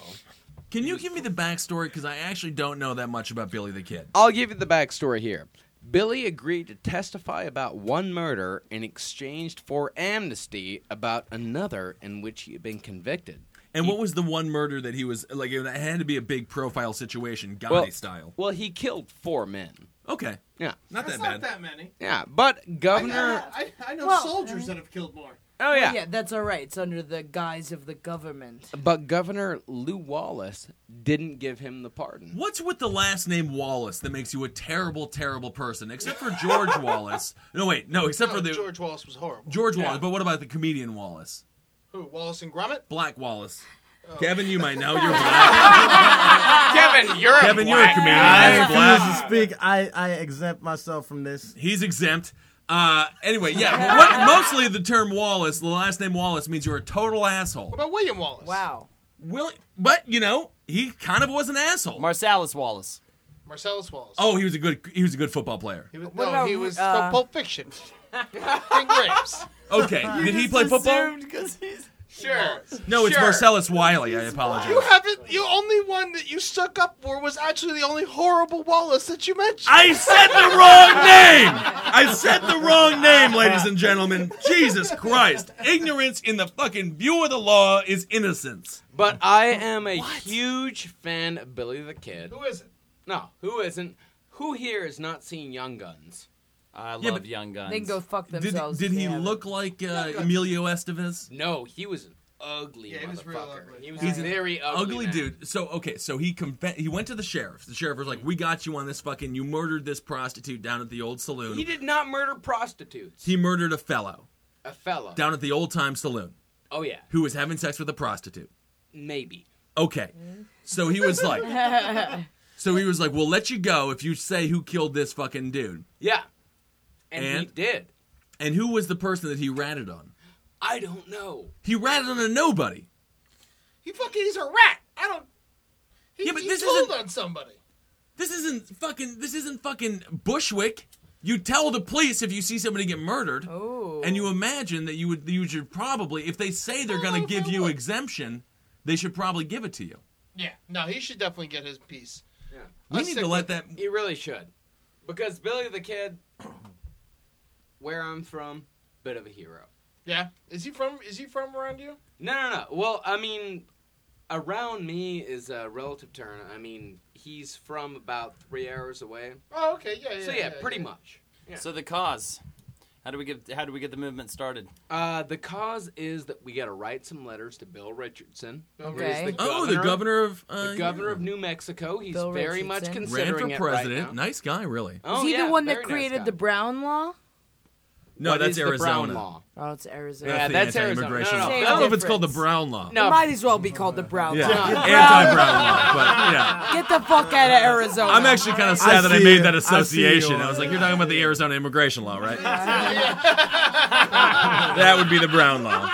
A: Can you give me the backstory? Because I actually don't know that much about Billy the Kid.
F: I'll give you the backstory here. Billy agreed to testify about one murder in exchange for amnesty about another in which he had been convicted.
A: And what was the one murder that he was like? It had to be a big profile situation, Gandhi style.
F: Well, he killed four men.
A: Okay,
F: Yeah.
A: not that
G: That's
A: bad.
G: not that many.
F: Yeah, but governor.
G: I, I know
D: Uh, Well,
G: soldiers that have killed more.
F: Oh
D: Yeah.
F: yeah.
D: that's all right. It's under the guise of the government.
F: But Governor Lou Wallace didn't give him the pardon.
A: What's with the last name Wallace that makes you a terrible, terrible person? Except for
G: (laughs)
A: George Wallace. No, wait, no. Except
G: No,
A: for the George,
G: Oh, George Wallace was horrible.
A: Wallace. But what about the comedian Wallace?
G: Who? Wallace and Gromit?
A: Black Wallace.
G: Oh.
A: Kevin, you might
G: (laughs)
A: know. You're black.
D: Ah.
F: Kevin, you're
A: Kevin, you're a comedian. He's black.
B: I speak. I I exempt myself from this.
A: He's exempt. Uh, anyway,
G: (laughs)
A: yeah. What, mostly the term Wallace, the last name Wallace, means you're a total asshole.
G: What (laughs) about William Wallace?
D: Wow.
A: Will, but you know, he kind of was an asshole.
C: Marsalis Wallace.
G: Marcellus Wallace.
A: oh, he was a good he was a good football player.
G: He was,
D: What
G: no,
D: about,
G: he was
D: uh,
G: from
D: (laughs)
G: Pulp Fiction. King Graves.
C: (laughs)
A: Okay, did he play football?
G: Sure.
A: No, it's
F: Sure.
A: Marcellus Wiley. I apologize.
G: You haven't. You only one that you stuck up for was actually the only horrible Wallace that you mentioned.
A: I said the wrong name. I said the wrong name, ladies and gentlemen. Jesus Christ! Ignorance in the fucking view of the law is innocence.
F: But I am a huge fan of Billy the Kid.
G: Who is it?
F: No, who isn't? Who here has not seen Young Guns?
C: I love
A: Yeah, but-
C: Young Guns.
D: They can go fuck
A: Did,
D: themselves.
A: did
D: if
A: he
D: they have
A: look like uh, Emilio Estevez?
F: No, he was an ugly
G: Yeah, he
F: motherfucker.
G: was real ugly.
F: He was
A: He's
F: a
A: an
F: very ugly,
A: ugly
F: man.
A: dude. So okay, so he confe- he went to the sheriff. The sheriff was like, "We got you on this fucking. You murdered this prostitute down at the old saloon.
F: He did not murder prostitutes.
A: he murdered a fellow
F: A fellow.
A: down at the old time saloon."
F: Oh yeah,
A: who was having sex with a prostitute.
F: maybe.
A: Okay. So he was like So he was like, "We'll let you go if you say who killed this fucking dude."
F: Yeah, and, he
A: And?
F: did.
A: And who was the person that he ratted on?
F: I don't know.
A: He ratted on a nobody.
G: He fucking. He's a rat. I don't. He,
A: Yeah, but
G: he
A: this
G: told
A: isn't-
G: on somebody.
A: This isn't fucking this isn't fucking Bushwick. You tell the police if you see somebody get murdered.
D: Oh.
A: And you imagine that you would you should probably if they say they're going
G: Oh,
A: to give you
G: look.
A: exemption, they should probably give it to you.
G: Yeah. No, he should definitely get his piece.
F: Yeah.
A: We
G: Let's
A: need
G: stick
A: to let that
F: He really should, because Billy the Kid, (coughs) where I'm from, bit of a hero.
G: Yeah. Is he from? Is he from around you?
F: No, no, no. Well, I mean, around me is a relative term. I mean, he's from about three hours away.
G: Oh, okay. Yeah. Yeah.
F: So yeah, pretty much. Yeah.
C: So the cause How do we get How do we get the movement started?
F: Uh, the cause is that we got to write some letters to Bill Richardson. who is
D: Okay.
A: Oh, the governor of uh,
F: the governor of New Mexico. He's
D: Bill
F: very much
D: Richardson.
A: ran
F: considering
A: for
F: it
A: president.
F: right now.
A: Nice guy, really.
F: Oh,
D: Is he
F: yeah,
D: the one that
F: very nice
D: created
F: guy.
D: the Brown Law?
A: No,
F: What
A: that's
F: is the
A: Arizona.
F: Brown law?
D: Oh, it's Arizona.
A: That's
F: Yeah,
A: the
F: that's Arizona.
A: anti-immigration law.
F: No, no,
A: I
F: no.
D: Same
A: don't know if it's
D: difference.
A: called the Brown Law.
F: No.
D: Might as well be called the Brown
A: Yeah, (laughs)
D: Law.
A: anti-Brown Law. But yeah,
D: Get the fuck out of Arizona.
A: I'm actually kind of sad that I
B: see
A: made
B: you.
A: that
B: I see you.
A: association. I, was like, you're talking about the Arizona immigration law,
F: (laughs)
A: right? that would be the Brown Law.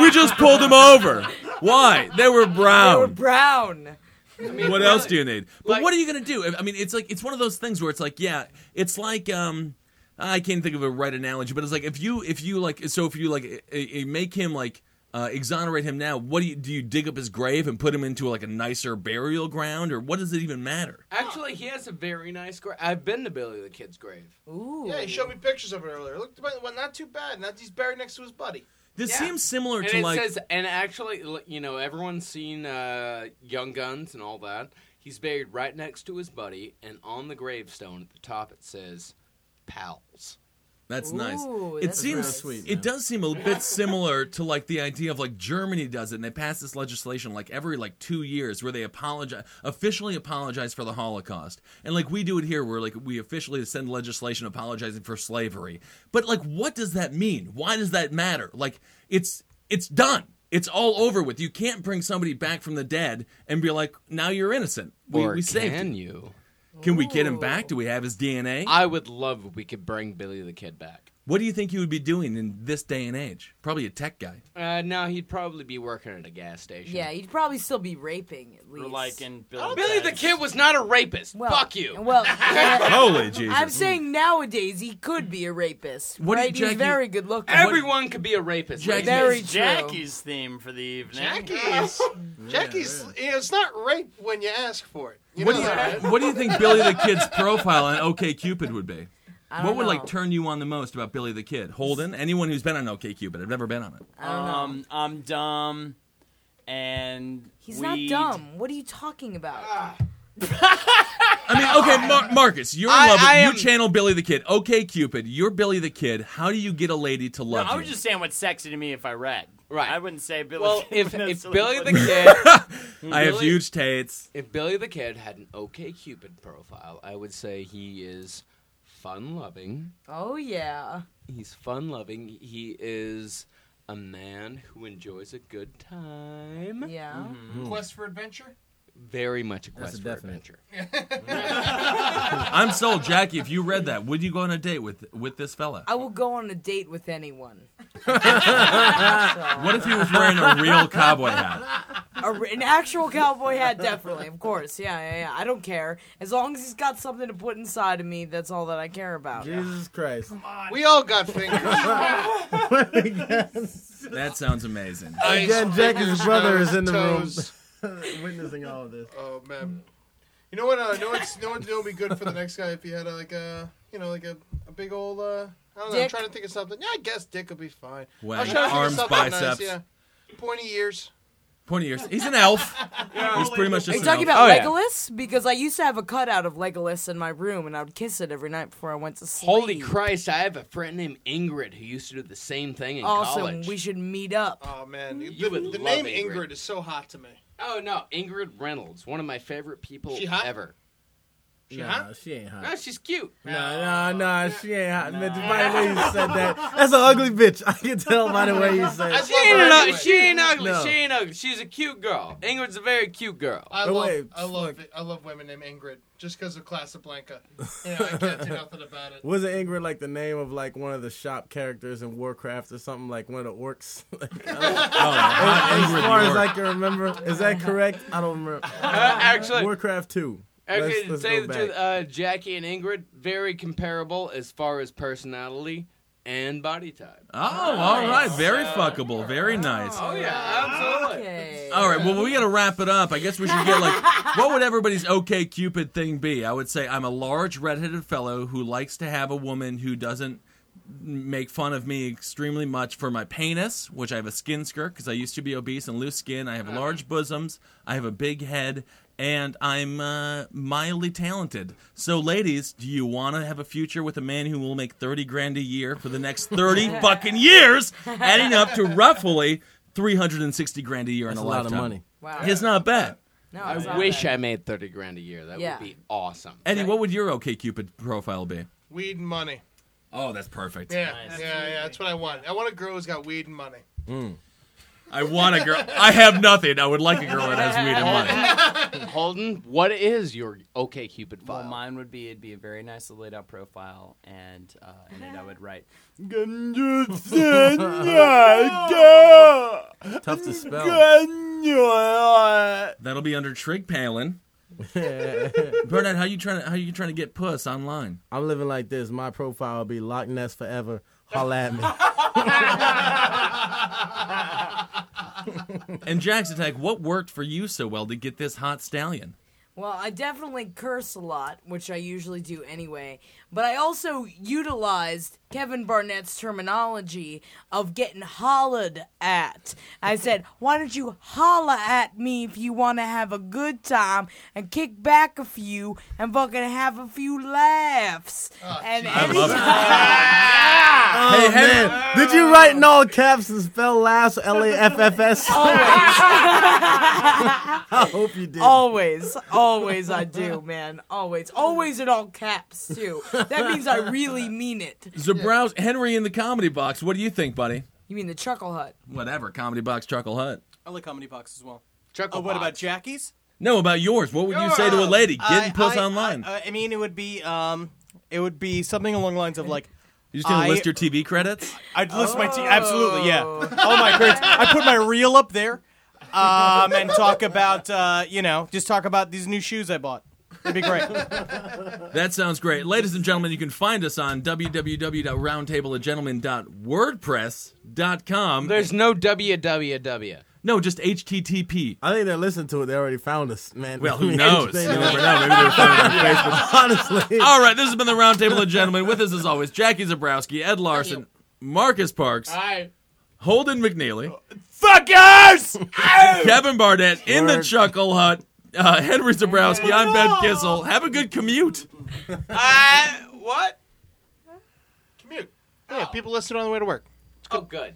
A: We just pulled them over. Why? They were
D: They were
A: brown.
D: brown.
A: (laughs) what else do you need? But
F: Like-
A: what are you going to do? I mean, it's like it's one of those things where it's like, yeah, it's like um I can't think of a right analogy, but it's like if you if you like so if you like i- i- make him like uh, exonerate him now. What do you do? You dig up his grave and put him into like a nicer burial ground, or what does it even matter?
F: Actually, he has a very nice grave. I've been to Billy the Kid's grave.
D: Ooh.
G: Yeah, he showed me pictures of it earlier. Looked about well, not too bad. Not he's buried next to his buddy.
A: This
F: Yeah.
A: seems similar
F: And
A: to
F: it
A: like
F: says, and actually, l- you know, everyone's seen uh, Young Guns and all that. He's buried right next to his buddy, and on the gravestone at the top it says, "Pals."
A: That's nice.
D: Ooh,
A: It
D: that's
A: seems
D: nice.
B: Sweet,
A: it does seem a bit similar to like the idea of like Germany does it and they pass this legislation like every like 2 years where they apologize officially apologize for the Holocaust. And like we do it here where like we officially send legislation apologizing for slavery. But like what does that mean? Why does that matter? Like it's it's done. It's all over with. You can't bring somebody back from the dead and be like now you're innocent. We,
F: or
A: we saved
F: can
A: you.
F: you?
A: Can we get him back? Do we have his DNA?
F: I would love if we could bring Billy the Kid back.
A: What do you think he would be doing in this day and age? Probably a tech guy.
F: Uh, no, he'd probably be working at a gas station.
D: Yeah, you'd probably still be raping at least.
C: Or like in Billy,
F: Billy the Kid was not a rapist.
D: Well,
F: Fuck you.
D: Well,
A: Holy Jesus!
D: I'm saying nowadays he could be a rapist.
A: What do you-
D: right? He's
A: Jackie-
D: very good looking.
F: Everyone could be a rapist.
A: Jack-
F: ladies.
D: Very true.
C: Jackie's theme for the evening.
G: Jackie's (laughs) Jackie's. You know, it's not rape when you ask for it. You
A: what, do
G: know that,
A: you, what do you think Billy the Kid's profile on OK Cupid would be?
D: I don't
A: What would
D: know.
A: like turn you on the most about Billy the Kid? Holden? Anyone who's been on OK Cupid? I've never been on it.
D: I don't know.
C: Um, I'm dumb, and
D: He's
C: weed.
D: not dumb. What are you talking about?
A: I mean, okay, Mar- Marcus, you're in
F: I-
A: love. With,
F: I
A: you
F: am-
A: channel Billy the Kid. OK Cupid, you're Billy the Kid. How do you get a lady to
C: No,
A: love
C: I
A: you?
C: was
A: (laughs)
C: just saying what's sexy to me if I read.
F: Right.
C: I wouldn't say Billy. (laughs)
F: (laughs) Well, if,
C: That's
F: if
C: what
F: Billy
C: I
F: the
C: would-
F: (laughs) Kid,
A: I have
F: Billy-
A: huge tates.
F: if Billy the Kid had an OK Cupid profile, I would say he is fun-loving.
D: Oh yeah.
F: He's fun-loving. He is a man who enjoys a good time.
A: Mm-hmm.
D: Yeah.
G: Quest for adventure.
F: Very much a quest
B: a
F: for
B: definite.
F: adventure.
A: I'm sold, Jackie. If you read that, would you go on a date with with this fella?
D: I will go on a date with anyone.
A: (laughs) What if he was wearing a real cowboy hat?
D: A r an actual cowboy hat, definitely, of course. Yeah, yeah, yeah. I don't care. As long as he's got something to put inside of me, that's all that I care about.
B: Jesus Christ.
G: (laughs)
B: (laughs)
G: We all got fingers.
A: That sounds amazing.
B: Again, Jackie's brother is in the room (laughs)
G: Toes.
B: witnessing all of this.
G: Oh man. You know what? Uh, no one's no one's gonna be good for the next guy if you had uh, like a you know like a, a big old uh, I don't know. I'm
D: Dick.
G: trying to think of something. Yeah, I guess dick would be fine.
A: Wow.
G: I was trying to think
A: Arms,
G: of something
A: biceps.
G: nice. Yeah, pointy ears.
A: Twenty years. He's an
F: (laughs)
A: elf. He's pretty much
D: Are
A: just
D: you
A: an
D: talking
A: elf.
D: about
F: Oh, yeah.
D: Legolas? Because I used to have a cutout of Legolas in my room, and I would kiss it every night before I went to sleep.
F: Holy Christ! I have a friend named Ingrid who used to do the same thing in
D: Awesome.
F: college.
D: We should meet up.
G: Oh man,
F: You
G: the,
F: would
G: the
F: love
G: name
F: Ingrid.
G: Ingrid. is so hot to me.
F: Oh no, Ingrid Reynolds, one of my favorite people
G: She hot?
F: ever.
G: She
B: Nah,
G: hot?
B: she ain't hot.
F: No, she's cute.
B: Nah, nah, nah, she ain't hot. Man, just By the way you said that, that's an ugly bitch. I can tell by the way you said. it.
G: I love
F: She ain't,
G: her
F: an ug-
G: anyway.
F: she ain't ugly.
B: No.
F: She ain't ugly. She's a cute girl. Ingrid's a very
D: (laughs)
F: cute girl.
G: I
B: Oh,
G: love,
B: wait,
G: I love I love women named Ingrid just because of Casablanca. You know,
A: (laughs)
G: I can't do nothing about it.
B: Wasn't Ingrid like the name of like one of the shop characters in Warcraft or something like one of the orcs? (laughs) Like, I don't-
A: Oh, not
B: as
A: Ingrid
B: far as
A: York.
B: I can remember, is that correct? I don't remember.
F: Uh, actually,
B: Warcraft two.
F: actually,
B: Let's-
F: to
B: let's
F: tell you
B: go
F: the truth,
B: back.
F: uh, Jackie and Ingrid very comparable as far as personality and body type.
A: Oh, all right. Very fuckable. Very nice.
F: Oh yeah, absolutely.
D: Okay.
F: Oh,
A: All right. Well, we got to wrap it up. I guess we should get like, what would everybody's OK Cupid thing be? I would say I'm a large redheaded fellow who likes to have a woman who doesn't make fun of me extremely much for my penis, Uh-huh. which I have a skin skirt because I used to be obese and loose skin. I have large bosoms. I have a big head. and I'm uh, mildly talented. So, ladies, do you want to have a future with a man who will make 30 grand a year for the next (laughs) 30 fucking years, adding up to roughly 360 grand a year in
B: That's
A: a,
B: a lot of
A: lifetime? (laughs)
B: money.
D: Wow.
A: It's not bad.
D: no,
F: I
D: it's not
F: wish
D: bad.
F: I made thirty grand a year. That
D: Yeah.
F: would be awesome.
A: Eddie, what would your OK Cupid profile be?
G: Weed and money.
A: Oh, that's perfect.
G: Yeah, yeah, yeah. That's what I want. I want a girl who's got weed and money.
A: I want a girl. I have nothing. I would like a girl that has (laughs) weed and money.
F: Holden, what is your OK Cupid
C: Well,
F: file?
C: mine would be it'd be a very nicely laid out profile, and uh, and
D: (laughs)
C: then I would write
B: Tough to spell.
A: That'll be under Trig Palin. Bernard, how you trying to how you trying to get puss online?
B: (laughs) I'm living like this. My profile will be Loch Ness forever. Holla at me.
A: And Jack's attack. What worked for you so well to get this hot stallion?
D: Well, I definitely curse a lot, which I usually do anyway, but I also utilized Kevin Barnett's terminology of getting hollered at. I said, Why don't you holler at me if you want to have a good time and kick back a few and fucking have a few laughs? and
A: I love it.
B: Oh, man. Did you write in all caps and spell laughs L A F F (laughs) S?
D: (laughs)
B: I hope you did.
D: Always, always I do, man. Always, always in all caps too. That means I really mean it.
A: Zabrowski, Henry in the comedy box. What do you think, buddy?
D: You mean the Chuckle Hut?
A: Whatever, comedy box, chuckle hut.
H: I like comedy box as well.
F: Chuckle
H: Oh, what about
F: box.
H: Jackie's?
A: No, about yours. What would you say to a lady (laughs) getting
H: I-
A: puss
H: I-
A: online?
H: I, I mean, it would be um, it would be something along the lines of like. (laughs)
A: you just gonna
H: I-
A: list your TV credits?
H: I'd list my team. Absolutely, yeah. All oh my credits. I put my reel up there, um, and talk about uh, you know just talk about these new shoes I bought. It'd be great.
A: That sounds great. Ladies and gentlemen, you can find us on www.roundtableofgentlemen.wordpress.com.
F: There's no WWW.
A: no, just HTTP.
B: I think they listened to it. They already found us, man. (laughs)
A: Well,
B: I
A: who
B: mean,
A: knows?
B: they-
A: You
H: (laughs)
A: never know. Maybe they're finding it on Facebook.
B: (laughs) honestly.
A: (laughs) All right, this has been the Roundtable of Gentlemen. With us, as always, Jackie Zabrowski, Ed Larson, Marcus Parks, Holden McNeely, Fuckers! (laughs) Kevin Barnett in the
B: Word.
A: Chuckle Hut. Uh, Henry Zabrowski, I'm Ben Kissel. Have a good commute.
G: Commute. Yeah, people listen on the way to work.
F: Oh, good.